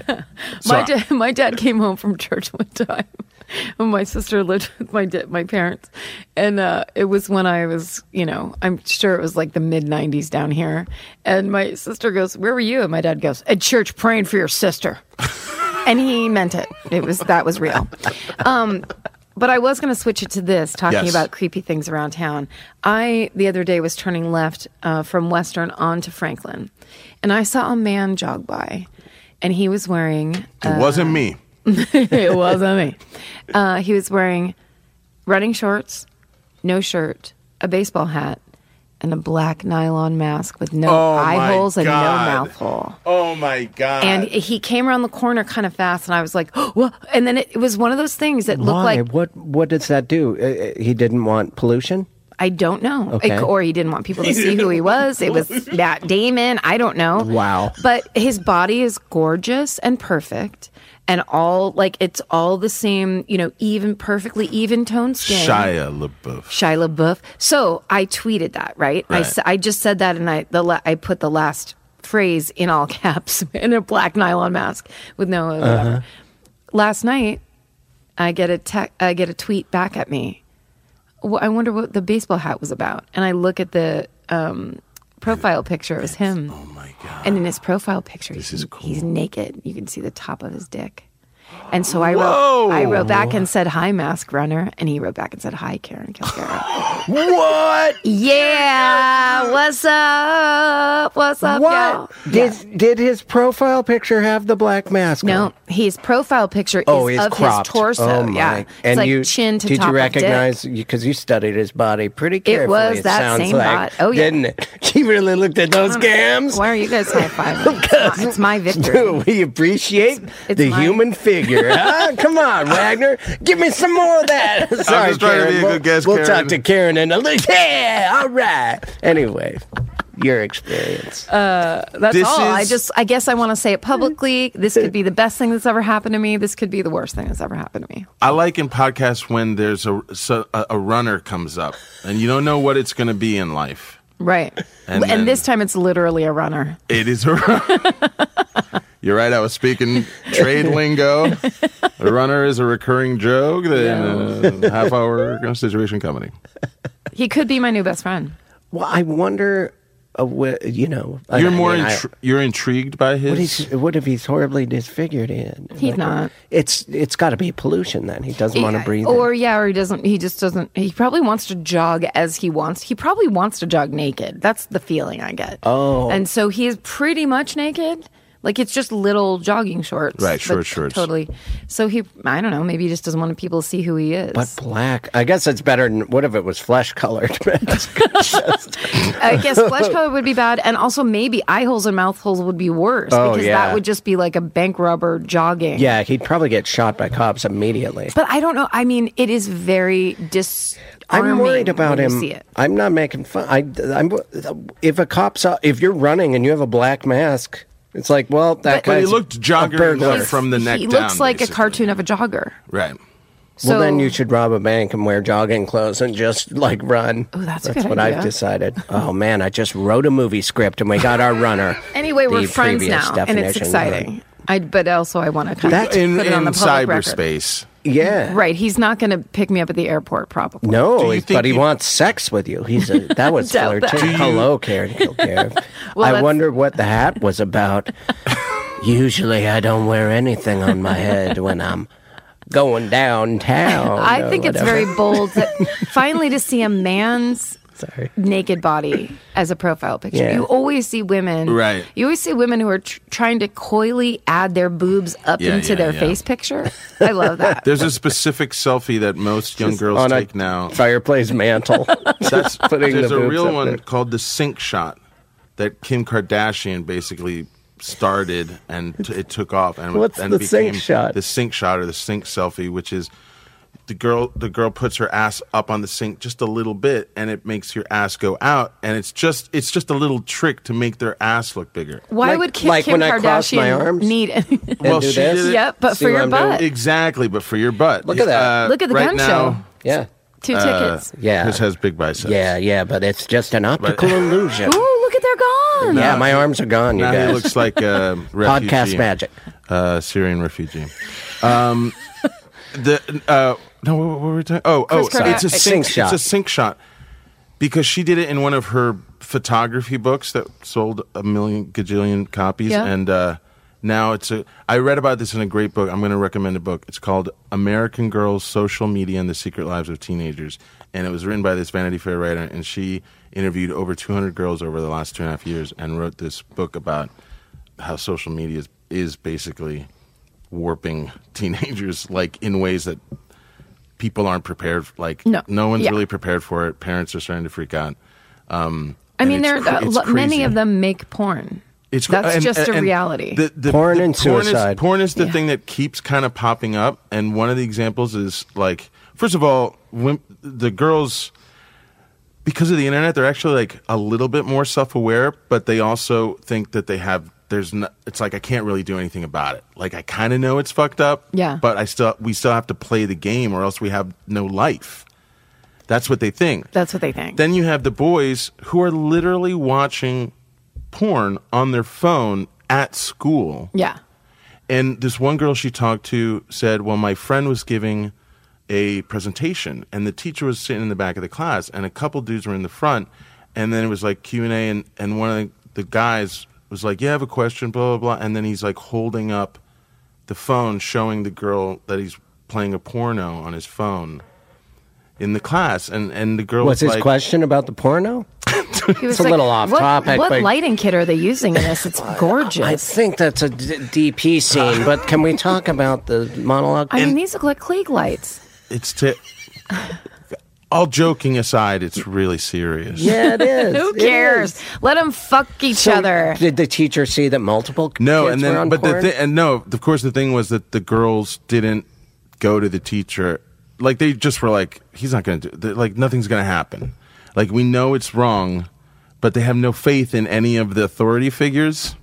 S3: So-
S2: da- (laughs) my dad came home from church one time (laughs) when my sister lived with my da- my parents, and uh, it was when I was, you know, I'm sure it was like the mid '90s down here. And my sister goes, "Where were you?" And my dad goes, "At church
S3: (laughs)
S2: praying for your sister," and he meant it. It was that was real. Um, But I was going to switch it to this, talking
S3: Yes.
S2: about creepy things around town. I, the other day, was turning left uh, from Western onto Franklin, and I saw a man jog by, and he was wearing
S3: it wasn't me.
S2: it wasn't me. Uh, he was wearing running shorts, no shirt, a baseball hat, and a black nylon mask with no
S3: Oh, my
S2: eye holes and no
S3: God.
S2: mouth hole.
S3: Oh my god!
S2: And he came around the corner kind of fast, and I was like, "Whoa!" And then it, it was one of those things that looked
S1: Why?
S2: like
S1: what what does that do? Uh, uh, he didn't want pollution.
S2: I don't know, It-
S1: Okay.
S2: or he didn't want people to see who he was. It was Matt Damon. I don't know.
S1: Wow.
S2: But his body is gorgeous and perfect, and all like it's all the same, you know, even perfectly even toned skin.
S3: Shia LaBeouf.
S2: Shia LaBeouf. So I tweeted that, right? I
S3: Right.
S2: s I I, just said that, and I the la- I put the last phrase in all (laughs) caps in a black nylon mask with no whatever.
S3: Uh-huh.
S2: Last night, I get a tech, I get a tweet back at me. Well, I wonder what the baseball hat was about, and I look at the um, profile picture. It was him,
S3: Oh my god!
S2: and in his profile picture, he's,
S3: is cool.
S2: he's naked. You can see the top of his dick. And so I
S3: Whoa!
S2: wrote, I wrote back and said, "Hi, Mask Runner," and he wrote back and said, "Hi, Karen Kilgara."
S3: What?
S2: Yeah, what's up? What's up, y'all?
S1: did did his profile picture have the black mask?
S2: No,
S1: on?
S2: his profile picture is
S1: Oh, he's
S2: of
S1: cropped.
S2: his torso.
S1: Oh, my.
S2: Yeah, it's
S1: and
S2: like
S1: you,
S2: chin to
S1: did
S2: top
S1: you
S2: of dick.
S1: recognize because you studied his body pretty carefully?
S2: was that
S1: sounds
S2: same
S1: like,
S2: bod- oh, yeah.
S1: didn't it? (laughs) He really looked at those gams.
S2: Why are you guys high fiving?
S1: (laughs)
S2: It's, my- it's my victory.
S1: we appreciate
S2: it's
S1: the
S2: my-
S1: human
S3: (laughs)
S1: figure. huh? Come on, Wagner. Give me some more of that. (laughs) Sorry,
S3: just trying to
S1: Karen.
S3: be a
S1: we'll,
S3: good guest,
S1: We'll
S3: Karen.
S1: talk to Karen and Elise. (laughs) Yeah, all right. Anyway, your experience.
S3: Uh,
S2: That's
S3: This
S2: all. I
S3: is-
S2: just, I guess, I want to say it publicly. This could be the best thing that's ever happened to me. This could be the worst thing that's ever happened to me.
S3: I like in podcasts when there's a so- a, a runner comes up, and you don't know what it's going to be in life.
S2: Right. And,
S3: And then-
S2: this time, it's literally a runner.
S3: It is a (laughs) You're right. I was speaking trade lingo. A runner is a recurring joke in a half hour situation comedy.
S2: He could be my new best friend.
S1: well, I wonder. Uh, wh- you know, I-
S3: You're
S1: I
S3: more
S1: mean, I-
S3: intri- you're intrigued by his.
S1: What, is, what if he's horribly disfigured? In
S2: He's not.
S1: It's it's got to be pollution then. He doesn't want to
S2: Yeah,
S1: breathe.
S2: Or
S1: in.
S2: yeah, or he doesn't. He just doesn't. He probably wants to jog as he wants. He probably wants to jog naked. That's the feeling I get.
S1: Oh.
S2: and so he is pretty much naked. Like it's just little jogging shorts,
S3: Right, short
S2: but
S3: shorts.
S2: Totally. So he, I don't know. Maybe he just doesn't want people to see who he is.
S1: but black. I guess it's better than what if it was flesh colored?
S2: (laughs)
S1: (laughs)
S3: (laughs)
S2: I guess flesh color would be bad, and also maybe eye holes and mouth holes would be worse
S1: Oh,
S2: because
S1: yeah.
S2: that would just be like a bank robber jogging.
S1: yeah, he'd probably get shot by cops immediately.
S2: But I don't know. I mean, it is very dis.
S1: I'm worried about him.
S2: See it.
S1: I'm not making fun. I, I'm, if a cop saw, if you're running and you have a black mask, it's like, well, that
S3: But- But
S1: guy
S3: he looked jogger
S1: a burglar.
S3: enough from the neck
S2: He
S3: down,
S2: looks like
S3: basically.
S2: a cartoon of a jogger.
S3: Right.
S2: So
S1: well, then you should rob a bank and wear jogging clothes and just like run. Oh,
S2: that's a
S1: that's
S2: good
S1: what
S2: idea.
S1: I've decided. Oh man, I just wrote a movie script and we got our runner.
S2: (laughs) Anyway, we're
S1: The
S2: friends
S1: previous
S2: now, and it's
S1: definition.
S2: exciting. I, but also, I want to kind
S1: That's-
S2: of
S3: In,
S2: put it on
S3: in
S2: the public record.
S3: cyberspace.
S1: Yeah.
S2: Right, he's not going to pick me up at the airport, probably.
S3: Do
S1: No,
S3: you
S1: he-
S3: think
S1: but he
S3: you-
S1: wants sex with you. He's a, that
S2: (laughs)
S1: was
S2: Doubt that.
S1: flirting.
S3: Do you-
S1: Hello, Karen Kilgariff.
S2: (laughs) Well,
S1: I
S2: that's-
S1: wonder what the hat was
S2: (laughs)
S1: about. Usually, I don't wear anything on my head when I'm going downtown.
S2: I
S1: or
S2: think it's
S1: whatever.
S2: very bold
S1: (laughs)
S2: that finally to see a man's
S1: Sorry.
S2: naked body as a profile picture.
S1: Yeah.
S2: You always see women,
S3: Right.
S2: You always see women who are tr- trying to coyly add their boobs up
S3: Yeah,
S2: into
S3: yeah,
S2: their
S3: yeah.
S2: face picture. I
S1: (laughs)
S2: love that.
S3: There's a specific selfie that most young girls
S1: on a
S3: take now.
S1: fireplace mantle.
S3: (laughs) That's
S1: (laughs) putting
S3: there's
S1: the
S3: a
S1: boobs
S3: real
S1: up
S3: one
S1: there.
S3: called the sink shot that Kim Kardashian basically started and t- it took off and
S1: What's
S3: and
S1: the
S3: became
S1: sink shot?
S3: The sink shot or the sink selfie, which is the girl the girl puts her ass up on the sink just a little bit and it makes your ass go out and it's just it's just a little trick to make their ass look bigger.
S2: Why
S1: Like-
S2: would Kim,
S1: like
S2: Kim
S1: when I cross my
S2: Kardashian
S1: arms?
S2: need? (laughs)
S3: Well,
S1: do
S3: she
S1: this?
S3: did it-
S2: yep, but
S1: See
S2: for
S1: what
S2: your
S1: I'm doing?
S2: butt,
S3: Exactly, but for your butt.
S1: Look at that.
S2: Look at the
S3: right
S2: gun
S3: now,
S2: show.
S1: yeah,
S2: two
S3: Uh,
S2: tickets.
S1: Yeah.
S3: This has big biceps.
S1: yeah, yeah. But it's just an
S3: (laughs)
S1: optical illusion.
S2: Ooh, Oh, look at they're gone.
S1: Yeah, my arms are gone. You
S3: Now
S1: guys.
S3: he looks like a refugee.
S1: (laughs) Podcast magic.
S3: uh, Syrian refugee. Um, the uh, no, what, what were we talking? Oh, oh,
S2: Chris Kardashian-
S3: it's a
S2: It's
S3: sink,
S1: sink shot.
S3: It's a sink shot because she did it in one of her photography books that sold a million gajillion copies,
S2: Yeah.
S3: and uh, Now it's a. I read about this in a great book. I'm going to recommend a book. It's called American Girls: Social Media and the Secret Lives of Teenagers, and it was written by this Vanity Fair writer, and she interviewed over 200 girls over the last two and a half years, and wrote this book about how social media is, is basically warping (laughs) teenagers, like in ways that people aren't prepared. Like
S2: No.
S3: one's
S2: Yeah.
S3: really prepared for it. Parents are starting to freak out. Um,
S2: I
S3: and
S2: mean,
S3: it's
S2: there
S3: cra-
S2: are
S3: it's
S2: lo- many
S3: crazy.
S2: of them make porn.
S3: It's cra-
S2: that's
S3: and-
S2: just a
S3: and
S2: reality.
S3: The, the,
S1: Porn
S3: the
S1: and suicide.
S3: Is, porn is the
S2: Yeah.
S3: thing that keeps kind of popping up, and one of the examples is like, first of all, when the girls, because of the internet, they're actually like a little bit more self-aware, but they also think that they have. There's no, it's like I can't really do anything about it. Like I kind of know it's fucked up,
S2: Yeah.
S3: But I still we still have to play the game, or else we have no life. That's what they think.
S2: that's what they think.
S3: Then you have the boys who are literally watching porn on their phone at school.
S2: yeah.
S3: And this one girl she talked to said, Well, my friend was giving a presentation and the teacher was sitting in the back of the class and a couple dudes were in the front and then it was like Q and A and, and one of the, the guys was like, Yeah, I have a question, blah blah blah and then he's like holding up the phone showing the girl that he's playing a porno on his phone in the class and, and the girl
S1: What's
S3: was
S1: his
S3: like
S1: question about the porno?
S2: He was
S1: It's a little off
S2: what,
S1: topic,
S2: What
S1: but-
S2: lighting kit are they using in this? It's
S1: I
S2: gorgeous.
S1: think that's a d- DP scene, but can we talk about the monologue?
S2: I, mean, these look like Klieg lights.
S3: it's to all joking aside it's really serious
S2: (laughs)
S1: yeah, it is.
S2: Who
S1: It is.
S2: cares? Let them fuck each
S1: So
S2: other.
S1: Did the teacher see that multiple
S3: no
S1: kids
S3: and
S1: were
S3: then
S1: on
S3: but the
S1: porn?
S3: thing and no of course the thing was that the girls didn't go to the teacher like they just were like he's not gonna do they're like nothing's gonna happen like we know it's wrong but they have no faith in any of the authority figures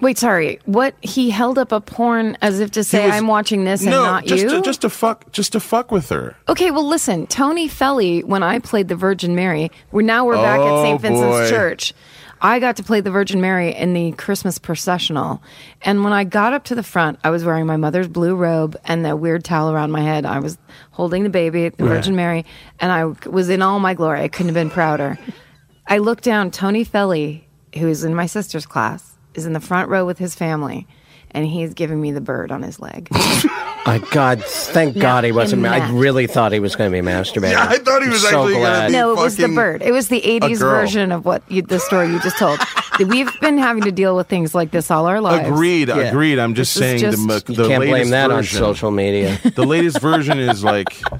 S2: Wait, sorry. What? He held up a porn as if to
S3: He
S2: say,
S3: was-
S2: "I'm watching this and
S3: no,
S2: not
S3: just
S2: you."
S3: to, just to fuck just to fuck with her
S2: Okay, well, listen, Tony Felly, when I played the Virgin Mary, we're now we're back at
S3: Oh,
S2: St. Vincent's
S3: boy.
S2: Church. I got to play the Virgin Mary in the Christmas processional, and when I got up to the front, I was wearing my mother's blue robe and that weird towel around my head. I was holding the baby, the Virgin Mary, and I was in all my glory. I couldn't have been prouder. I looked down. Tony Felly, who is in my sister's class, is in the front row with his family, and he's giving me the bird on his leg.
S1: My God, thank God he wasn't. Ma- I
S2: imagine.
S1: really thought he was going to be masturbating.
S3: Yeah, I thought he
S1: I'm
S3: was
S1: so
S3: actually gonna
S1: glad.
S3: be-
S2: No, it was the
S3: fucking
S2: bird. It was the '80s
S3: girl.
S2: version of what you, the story you just told. We've been having to deal with things like this all our lives.
S3: agreed
S1: Yeah.
S3: agreed i'm just
S2: Oh, This is
S3: saying
S2: just-
S3: the,
S1: You
S3: mo- the
S1: can't
S3: latest
S1: blame that on
S3: version
S1: social media.
S3: the latest version
S1: (laughs)
S3: is like oh,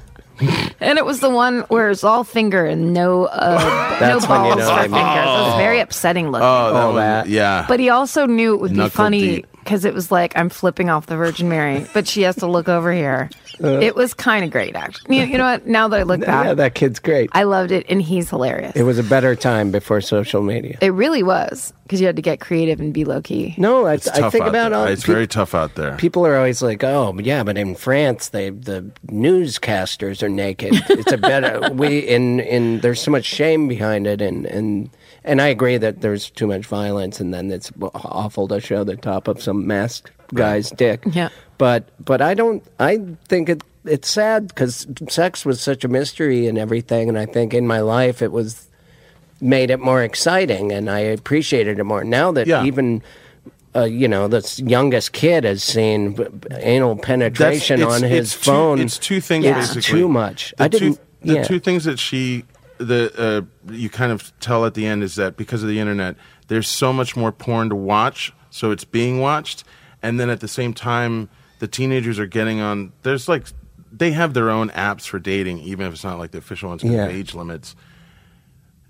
S2: And it was the one where it's all finger and no uh,
S1: (laughs)
S2: no
S1: That's when you
S2: balls
S1: know
S2: or
S1: they
S2: fingers.
S1: mean-
S2: It was very upsetting looking.
S3: oh, that
S1: All
S3: one-
S1: that.
S3: yeah
S2: But he also knew it would be
S3: Knuckle
S2: funny
S3: deep.
S2: because it was like I'm flipping off the Virgin Mary, but she has to look over here. it was kind of great, actually. You, you know what? Now (laughs) that I look back,
S1: Uh. (laughs) yeah, that kid's great.
S2: I loved it, and he's hilarious.
S1: it was a better time before social media.
S2: It really was because you had to get creative and be low key.
S1: no, I,
S3: It's
S1: I
S3: tough
S1: think
S3: out
S1: about
S3: there.
S1: all
S3: it's
S1: peop-
S3: very tough out there.
S1: People are always like, "Oh, but yeah, but in France, they the newscasters are naked. It's a better (laughs) we in in there's so much shame behind it, and and and I agree that there's too much violence, and then it's awful to show the top of some masked guy's dick.
S2: Yeah.
S1: but but I don't. I think it it's sad because sex was such a mystery and everything, and I think in my life it was made it more exciting and I appreciated it more. Now that
S3: Yeah.
S1: even uh, you know this youngest kid has seen b- b- anal penetration
S3: it's-
S1: on
S3: it's
S1: his
S3: two-
S1: phone.
S3: it's two things
S2: Yeah.
S3: basically.
S1: Too much.
S3: The
S1: I didn't-
S3: Two, the
S1: yeah.
S3: two things that she, the uh, you kind of tell at the end is that because of the internet, there's so much more porn to watch, so it's being watched, and then at the same time, the teenagers are getting on. There's like they have their own apps for dating, even if it's not like the official ones 'cause
S1: Yeah.
S3: of age limits.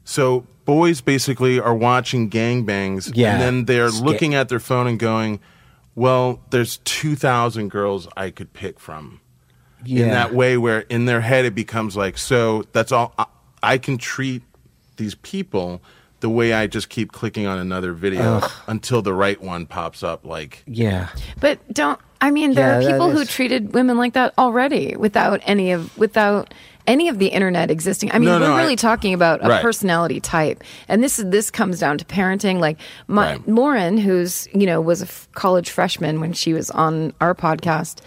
S3: So boys basically are watching gangbangs,
S1: Yeah.
S3: and then they're
S1: Sca-
S3: looking at their phone and going, "Well, there's two thousand girls I could pick from." in
S1: Yeah.
S3: that way where in their head it becomes like so that's all I, I can treat these people the way I just keep clicking on another video until the right one pops up like
S1: yeah.
S2: But don't I mean there
S1: Yeah,
S2: are
S1: that
S2: people who
S1: is-
S2: treated women like that already without any of without any of the internet existing. I mean,
S3: No,
S2: we're
S3: no, I-
S2: really talking about a
S3: Right.
S2: personality type, and this is this comes down to parenting. Like my
S3: Right.
S2: Lauren, who's you know was a f- college freshman when she was on our podcast.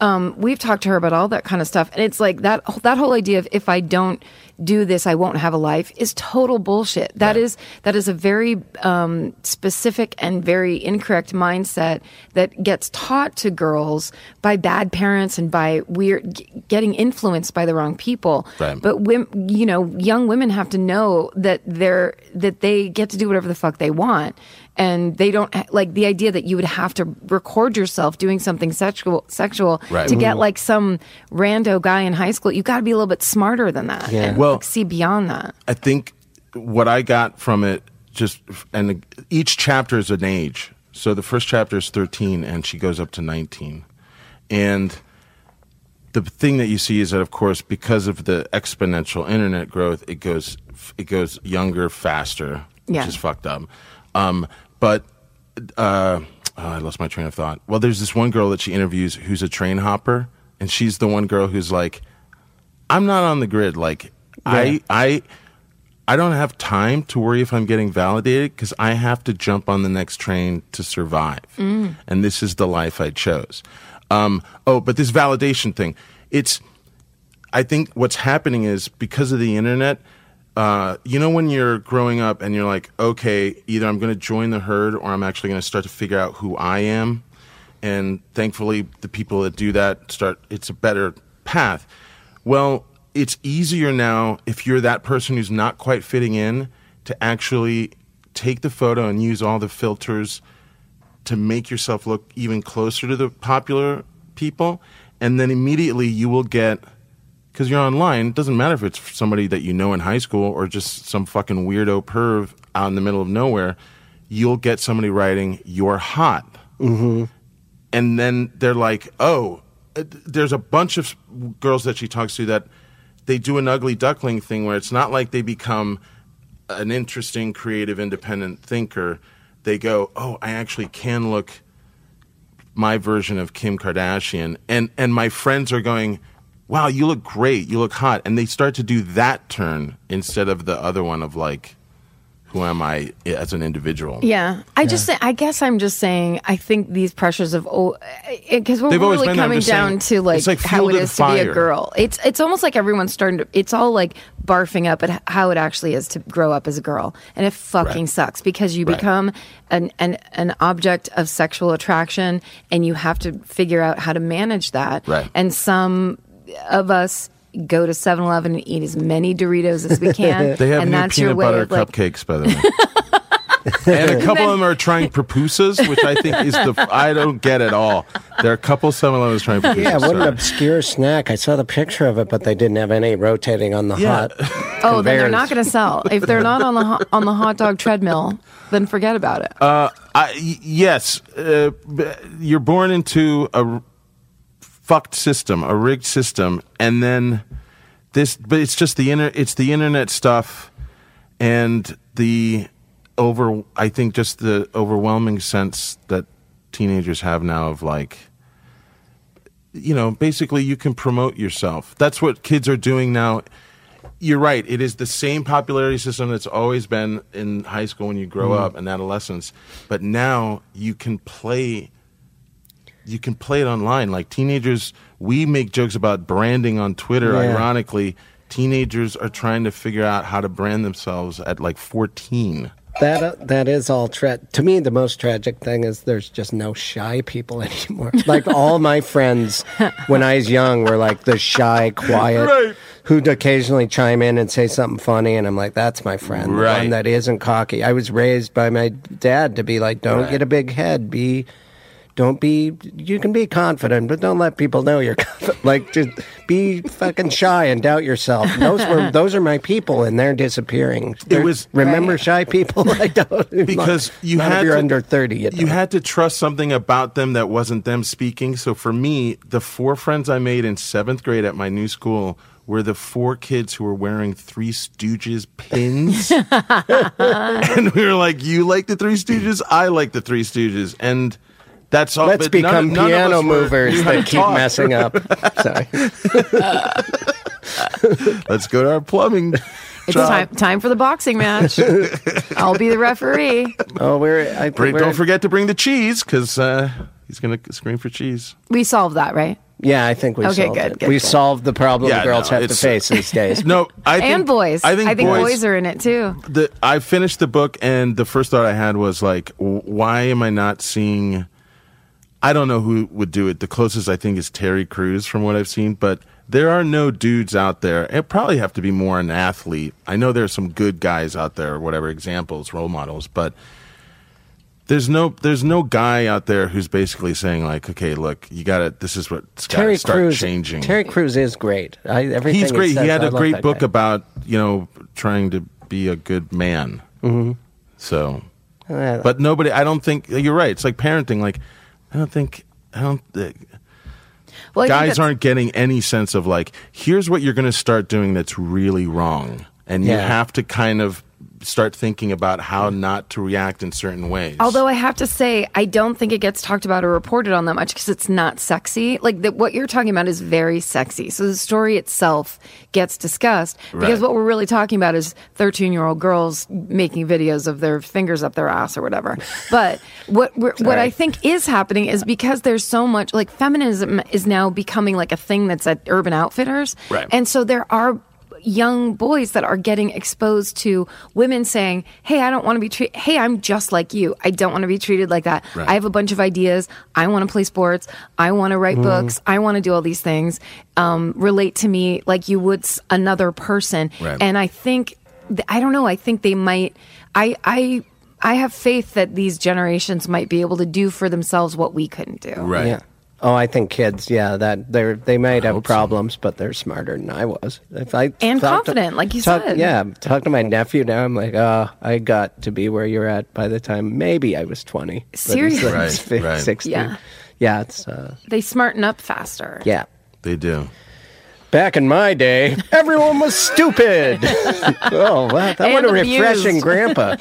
S2: Um, we've talked to her about all that kind of stuff, and it's like that that whole idea of if I don't do this, I won't have a life is total bullshit. That is that is a very um, specific and very incorrect mindset that gets taught to girls by bad parents and by weird g- getting influenced by the wrong people.
S3: Right.
S2: But women, you know, young women have to know that they're that they get to do whatever the fuck they want, and they don't like the idea that you would have to record yourself doing something sexual sexual
S3: Right. Mm-hmm.
S2: to get like some rando guy in high school. You got to be a little bit smarter than that.
S1: Yeah.
S2: and,
S3: Well-
S2: like, see beyond that.
S3: I think what I got from it just and each chapter is an age. So the first chapter is 13 and she goes up to 19. And the thing that you see is that of course because of the exponential internet growth it goes it goes younger faster, which
S2: Yeah.
S3: is fucked up. Um but uh oh, I lost my train of thought. Well, there's this one girl that she interviews who's a train hopper and she's the one girl who's like I'm not on the grid. Like I I I don't have time to worry if I'm getting validated because I have to jump on the next train to survive. And this is the life I chose. Um, oh, but this validation thing. It's I think what's happening is because of the internet, uh, you know, when you're growing up and you're like, okay, either I'm going to join the herd or I'm actually going to start to figure out who I am. And thankfully, the people that do that start, it's a better path. Well, it's easier now if you're that person who's not quite fitting in to actually take the photo and use all the filters to make yourself look even closer to the popular people and then immediately you will get because you're online it doesn't matter if it's somebody that you know in high school or just some fucking weirdo perv out in the middle of nowhere you'll get somebody writing you're hot and then they're like oh uh, there's a bunch of s- girls that she talks to that they do an ugly duckling thing where it's not like they become an interesting, creative, independent thinker, they go, "Oh, I actually can look my version of Kim Kardashian," and and my friends are going, "Wow, you look great, you look hot," and they start to do that turn instead of the other one of like, "Who am I as an individual?"
S2: Yeah, I just I guess I'm just saying I think these pressures of oh because we're
S3: They've always
S2: really
S3: been there, I'm
S2: coming
S3: just saying,
S2: down to like,
S3: it's like
S2: how
S3: fuel
S2: it
S3: to the
S2: is to be a
S3: fire.
S2: girl. It's it's almost like everyone's starting to. It's all like barfing up at h- how it actually is to grow up as a girl, and it fucking
S3: Right.
S2: sucks because you
S3: Right.
S2: become an an an object of sexual attraction, and you have to figure out how to manage that.
S3: Right.
S2: And some of us. Go to 7 Eleven and eat as many Doritos as
S3: (laughs)
S2: we can.
S3: They have
S2: and
S3: new
S2: that's your
S3: peanut
S2: way
S3: butter
S2: of like,
S3: cupcakes, by the
S1: (laughs)
S3: way. and a couple of them are trying pupusas, which I think
S2: (laughs)
S3: is the I don't get at all. There are a couple seven elevens trying pupusas.
S1: Yeah, what an
S3: sorry.
S1: obscure snack. I saw the picture of it, but they didn't have any rotating on the
S3: Yeah. (laughs)
S1: hot.
S2: Oh, then they're
S1: conveyors.
S2: not going to sell. If they're not on the ho- on the hot dog treadmill, then forget about it.
S3: Uh, I- y- yes, uh, b- you're born into a r- fucked system, a rigged system, and then this. But it's just the inter, It's the internet stuff, and the over. I think just the overwhelming sense that teenagers have now of like. You know, basically, you can promote yourself. That's what kids are doing now you're right. It is the same popularity system that's always been in high school when you grow up and adolescence, but now you can play. You can play it online. Like teenagers, we make jokes about branding on Twitter.
S1: Yeah.
S3: Ironically, teenagers are trying to figure out how to brand themselves at like 14.
S1: That uh, that is all tra- to me. The most tragic thing is there's just no shy people (laughs) anymore. Like all my friends when I was young were like the shy, quiet,
S3: Right.
S1: who'd occasionally chime in and say something funny, and I'm like, that's my friend, the one
S3: Right.
S1: that isn't cocky. I was raised by my dad to be like, don't
S3: Right.
S1: get a big head, be. Don't be. You can be confident, but don't let people know you're (laughs) confident. Like, just be fucking shy and doubt yourself. Those were those are my people, and they're disappearing. They're-
S3: was-
S1: (laughs) remember shy people. (laughs) I don't
S3: (laughs) because you
S1: Not
S3: had
S1: if you're
S3: to,
S1: under 30 you,
S3: you
S1: don't.
S3: had to trust something about them that wasn't them speaking so for me the four friends i made in seventh grade at my new school were the four kids who were wearing three stooges pins (laughs) and we were like you like the three stooges i like the three stooges and that's all
S1: let's
S3: but none-
S1: become
S3: none of
S1: piano
S3: us were-
S1: movers
S3: knew how
S1: that
S3: to
S1: keep
S3: talk.
S1: messing up
S3: (laughs)
S1: sorry
S3: let's go to
S1: (laughs)
S3: our plumbing
S2: it's
S3: job.
S2: time time for the boxing match. I'll be the referee.
S1: oh we're I, think
S3: Bring-
S1: we're,
S3: don't forget to bring the cheese because uh, he's gonna scream for cheese
S2: We solved that, right?
S1: Yeah, I think we
S2: Okay,
S1: solved
S2: good,
S1: it.
S2: good,
S1: we
S2: good.
S1: solved the problem
S3: Yeah,
S1: girls
S3: no,
S1: have to
S3: it's- uh,
S1: face
S3: (laughs)
S1: these days.
S3: No, I think,
S2: and boys.
S3: I think,
S2: boys.
S3: boys
S2: are in it too.
S3: the I finished the book, and the first thought I had was like, w- why am I not seeing? I don't know who would do it. The closest I think is Terry Crews, from what I've seen, but there are no dudes out there. It probably have to be more an athlete. I know there are some good guys out there, whatever examples, role models, but there's no there's no guy out there who's basically saying like, okay, look, you got to. This is what's got
S1: Terry
S3: to start
S1: Crews.
S3: changing.
S1: Terry Crews is great. I, everything
S3: He's great.
S1: says,
S3: he had
S1: I
S3: a
S1: love
S3: great
S1: that
S3: book
S1: guy.
S3: about you know trying to be a good man. Mm-hmm. So,
S1: Uh,
S3: but nobody. I don't think you're right. It's like parenting. Like I don't think I don't. think
S2: Well, I think
S3: guys
S2: that's-
S3: aren't getting any sense of like here's what you're going to start doing that's really wrong, and you
S1: Yeah.
S3: have to kind of start thinking about how not to react in certain ways.
S2: Although I have to say, I don't think it gets talked about or reported on that much because it's not sexy. Like the, what you're talking about is very sexy. So the story itself gets discussed
S3: Right.
S2: because what we're really talking about is 13 year old girls making videos of their fingers up their ass or whatever. But what we're, what
S1: Sorry.
S2: I think is happening is because there's so much like feminism is now becoming like a thing that's at Urban Outfitters,
S3: Right.
S2: and so there are young boys that are getting exposed to women saying, "Hey, I don't want to be treated. Hey, I'm just like you. I don't want to be treated like that.
S3: Right.
S2: I have a bunch of ideas. I want to play sports. I want to write
S3: Mm-hmm.
S2: books. I want to do all these things. Um, relate to me like you would s- another person."
S3: Right.
S2: And I think th- I don't know. I think they might. I I. I have faith that these generations might be able to do for themselves what we couldn't do.
S3: right.
S1: yeah. Oh, I think kids. Yeah, that they are they might have
S3: hope so.
S1: problems, but they're smarter than I was. If I
S2: And
S1: talk to-
S2: confident, like you
S1: talk-
S2: said.
S1: Yeah, talk to my nephew now. I'm like, oh, I got to be where you're at by the time maybe I was twenty. But it's like (laughs)
S2: Seriously?
S3: Right,
S1: 15,
S3: right.
S1: 16.
S2: Yeah.
S1: Yeah. yeah, it's uh,
S2: They smarten up faster.
S1: yeah.
S3: They do.
S1: Back in my day, everyone was stupid. (laughs) oh, wow, that what
S2: And
S1: a refreshing
S2: abused.
S1: grandpa.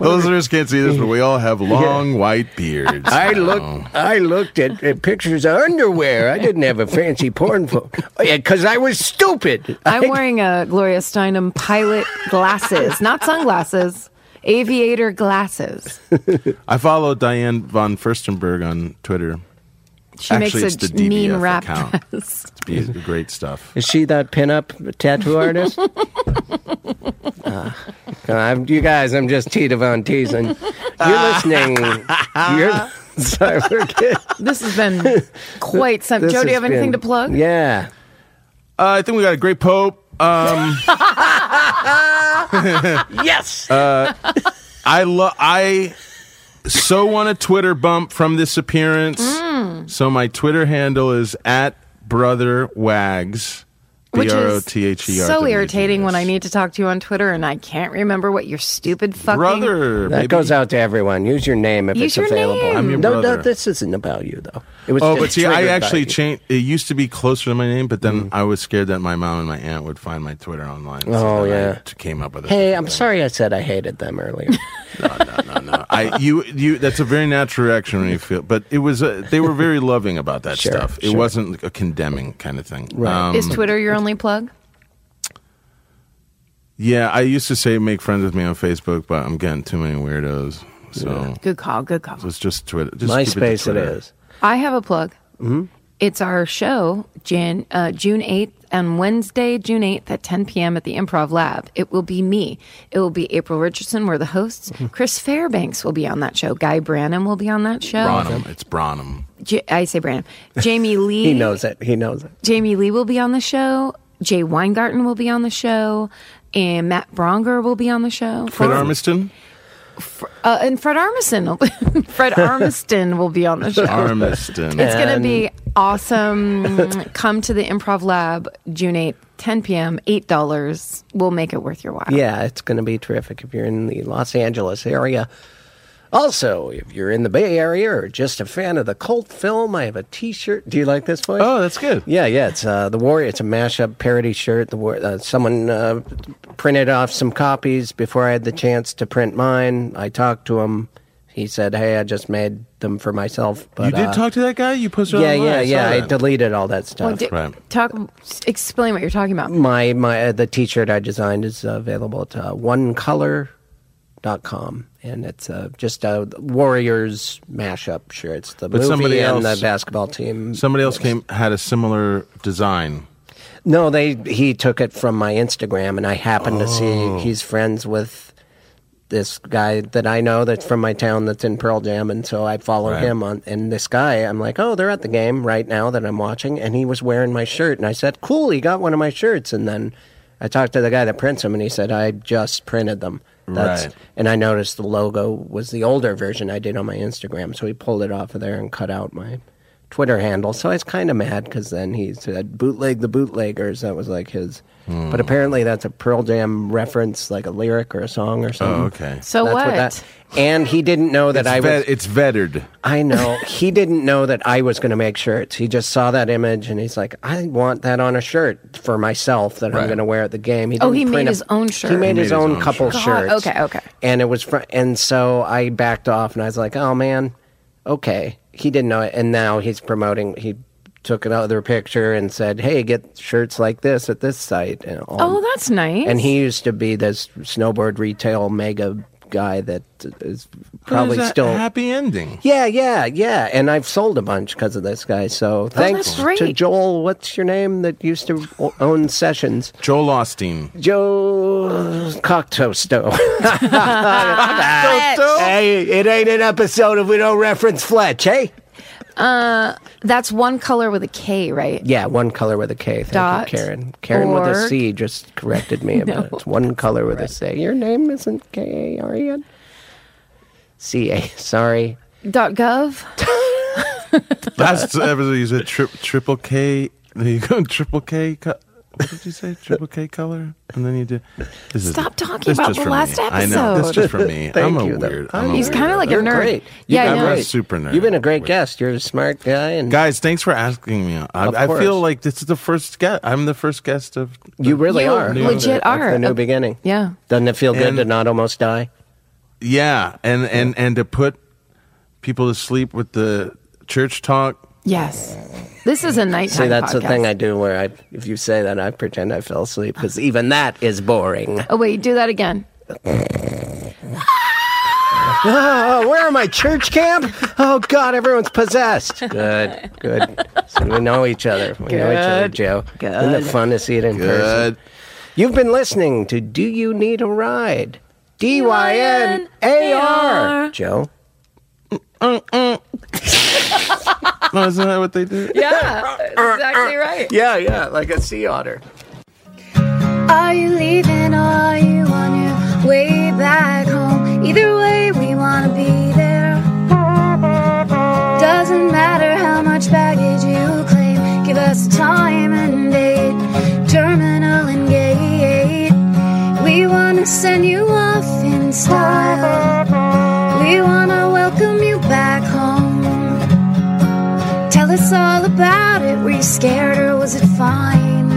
S3: Listeners can't see this, but we all
S1: (laughs)
S3: have long white beards.
S1: I
S3: now.
S1: looked. I looked at, at pictures of underwear. I didn't have a fancy porn phone. Oh, yeah, because I was stupid.
S2: I'm wearing a Gloria Steinem pilot glasses, not sunglasses, aviator glasses.
S3: I follow Diane von Furstenberg on Twitter.
S2: She makes a mean rap
S3: (laughs)
S2: (laughs) dress.
S3: It's be- it's great stuff.
S1: Is she that pinup
S2: (laughs)
S1: tattoo artist? Uh, I'm, you guys, I'm just Tita Von teasing. You're
S2: Uh.
S1: listening.
S2: (laughs)
S1: You're sorry. We're good.
S2: This has been quite some.
S1: This
S2: Joe, do you
S1: has
S2: have anything
S1: been-
S2: to plug?
S1: Yeah.
S3: Uh, I think we got a great pope. Um, (laughs)
S1: Yes.
S3: Uh, I love. I so want a Twitter bump from this appearance.
S2: Mm.
S3: So my Twitter handle is at brother wags.
S2: Which
S3: B R O
S2: is
S3: T H E R.
S2: so irritating when I need to talk to you on Twitter and I can't remember what your stupid fucking
S3: brother.
S1: that
S3: maybe.
S1: goes out to everyone. Use your name if
S2: Use
S1: it's
S2: your
S1: available.
S2: name.
S3: I'm your
S1: no, no,
S3: brother.
S1: this isn't about you though. It was.
S3: Oh,
S1: just
S3: but see, I
S1: triggered by Mm.
S3: actually
S1: you.
S3: changed. It used to be closer to my name, but then I was scared that my mom and my aunt would find my Twitter online.
S1: Oh,
S3: then I
S1: yeah.
S3: t- came up with it.
S1: Hey, I'm sorry I said I hated them earlier.
S3: (laughs) I you you that's a very natural
S1: (laughs)
S3: reaction when you feel, but it was uh they were very loving about that
S1: Sure,
S3: stuff. It
S1: sure.
S3: wasn't like a condemning kind of thing. Um,
S1: Right.
S2: Is Twitter your only plug?
S3: yeah, I used to say make friends with me on Facebook, but I'm getting too many weirdos, so
S2: Good call. Good call.
S3: it's just Twitter. Just keep to
S1: MySpace, it
S3: Twitter.
S1: is.
S2: I have a plug.
S1: Mm-hmm.
S2: It's our show, Jan, uh, June 8th, and Wednesday, June 8th at 10 p.m. at the Improv Lab. It will be me. It will be April Richardson. We're the hosts.
S1: Mm-hmm.
S2: Chris Fairbanks will be on that show. Guy Branham will be on that show.
S3: Bronham, it's Bronham.
S2: J- I say Branham. Jamie
S1: (laughs)
S2: Lee.
S1: He knows it. He knows it.
S2: Jamie Lee will be on the show. Jay Weingarten will be on the show. And Matt Bronger will be on the show.
S3: Fred
S1: (laughs)
S3: Armiston,
S2: Uh, and Fred Armisen.
S1: (laughs)
S2: (laughs) Fred Armiston will be on the show.
S3: Armiston.
S2: It's going to be
S1: (laughs)
S2: awesome. Come to the Improv Lab June 8th, 10 p.m., $8. We'll make it worth your while.
S1: Yeah, it's going to be terrific if you're in the Los Angeles area. Also, if you're in the Bay Area or just a fan of the cult film, I have a T-shirt. Do you like this voice?
S3: oh, that's good.
S1: yeah, yeah. It's uh, the Warrior. It's a mashup parody shirt. The war- uh, someone uh, printed off some copies before I had the chance to print mine. I talked to him. He said, "Hey, I just made them for myself." But
S3: you did
S1: uh,
S3: talk to that guy. You posted.
S1: Yeah,
S3: online.
S1: yeah,
S3: I saw
S1: yeah. I
S3: that.
S1: deleted all that stuff.
S2: Well, di-
S3: Right.
S2: talk, explain what you're talking about.
S1: my my uh, the t-shirt I designed is available at uh, onecolor.com. com, and it's uh, just a Warriors mashup shirt. It's the
S3: But
S1: movie
S3: somebody
S1: and
S3: else-
S1: the basketball team.
S3: Somebody else came had a similar design.
S1: No, they he took it from my Instagram, and I happened to see he's friends with this guy that I know that's from my town that's in Pearl Jam, and so I followed
S3: Right.
S1: him on. And this guy, I'm like, oh, they're at the game right now that I'm watching, and he was wearing my shirt, and I said, cool, he got one of my shirts, and then I talked to the guy that prints them, and he said I just printed them. That's,
S3: Right.
S1: And I noticed the logo was the older version I did on my Instagram, so he pulled it off of there and cut out my Twitter handle. So I was kind of mad because then he said bootleg the bootleggers. That was like his.
S3: Hmm.
S1: But apparently that's a Pearl Jam reference, like a lyric or a song or something.
S3: Oh, okay.
S2: So
S1: That's
S2: what?
S1: that- and he didn't know that
S3: It's,
S1: I was.
S3: vet- it's vetted.
S1: I know he didn't know that I was going to make shirts. He just saw that image and he's like, "I want that on a shirt for myself that I'm
S3: Right.
S1: going to wear at the game."
S2: Oh,
S1: didn't
S2: he made
S1: print a-
S2: his own shirt.
S1: He made, his, own, couple
S2: God,
S1: shirts.
S2: okay, okay.
S1: And it was fr- and so I backed off and I was like, "Oh man, okay." He didn't know it, and now he's promoting. He took another picture and said, "Hey, get shirts like this at this site." And all.
S2: Oh, that's nice.
S1: And he used to be this snowboard retail mega guy that is probably
S3: There's a
S1: still
S3: happy ending.
S1: yeah, yeah, yeah. And I've sold a bunch because of this guy. So thanks
S2: Oh, that's great.
S1: to Joel. What's your name that used to o- own Sessions?
S3: Joel Austin.
S1: (laughs) Joe (laughs) Cocktoasto.
S2: Fletch.
S1: hey, it ain't an episode if we don't reference Fletch, hey?
S2: That's one color with a K, right?
S1: Yeah, one color with a K. Thank
S2: Dot
S1: you, Karen. Karen with a
S2: org.
S1: C just corrected
S2: (laughs)
S1: me about it. It's one color with a C. Your name isn't K A R E N? C A. Sorry.
S2: Dot gov.
S3: Last episode you said tri- triple K. There you go. (laughs) Triple K. Co- what did you say? Triple K color, and then you did. This is-
S2: Stop talking
S3: this
S2: about
S3: just
S2: the
S3: for
S2: last
S3: me. I know. That's
S2: episode.
S3: just
S2: (laughs)
S3: for me. I'm
S1: Thank
S3: a
S1: you, though.
S3: weird. I'm a
S2: He's
S3: weird.
S2: kinda like a
S1: You're
S2: nerd.
S1: Great.
S2: Yeah,
S1: You've been
S2: I know.
S3: I'm a
S1: great.
S3: super nerd.
S1: You've been a great guest. You're a smart guy, and
S3: Guys, thanks for asking me. I,
S1: Of
S3: I
S1: course.
S3: feel like this is the first guest. I'm the first guest of.
S1: you really
S2: You
S1: are
S2: legit
S1: Of the- of
S2: are.
S1: the new
S2: Uh,
S1: beginning.
S2: yeah.
S1: Doesn't it feel good
S3: And-
S1: to not almost die?
S3: Yeah, and and and to put people to sleep with the church talk.
S2: Yes. This is a nighttime.
S1: See, that's
S2: podcast.
S1: the thing I do. Where I, if you say that, I pretend I fell asleep because even that is boring.
S2: Oh wait, do that again.
S1: Oh, where am I? Church camp? Oh God, everyone's possessed. Good, good. So we know each other. We know each other, Joe. Good. Isn't it fun to see it in person?
S3: Good.
S1: You've been listening to Do You Need a Ride? D Y N A R. Joe.
S3: No, isn't that what they do?
S2: Yeah, exactly right.
S1: Yeah, yeah, like a sea otter.
S4: Are you leaving or are you on your way back home? Either way, we wanna be there. Doesn't matter how much baggage you claim, give us time and date, terminal and gate. We wanna send you off in style. We wanna welcome you back home. Tell us all about it. Were you scared or was it fine?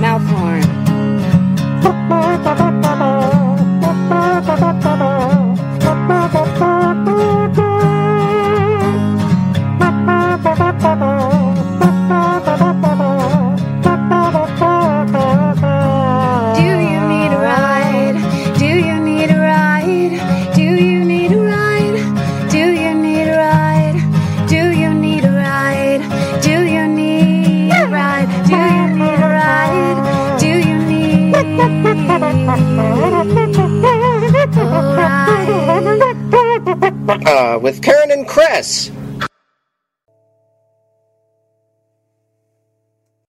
S4: Mouth horn. Do you need a ride? Do you need a ride? Do you need a ride? Do you need a ride? Do you need a ride? Do you need a ride? Do you need a ride? Do you need a ride?
S5: Uh, with Karen and Chris.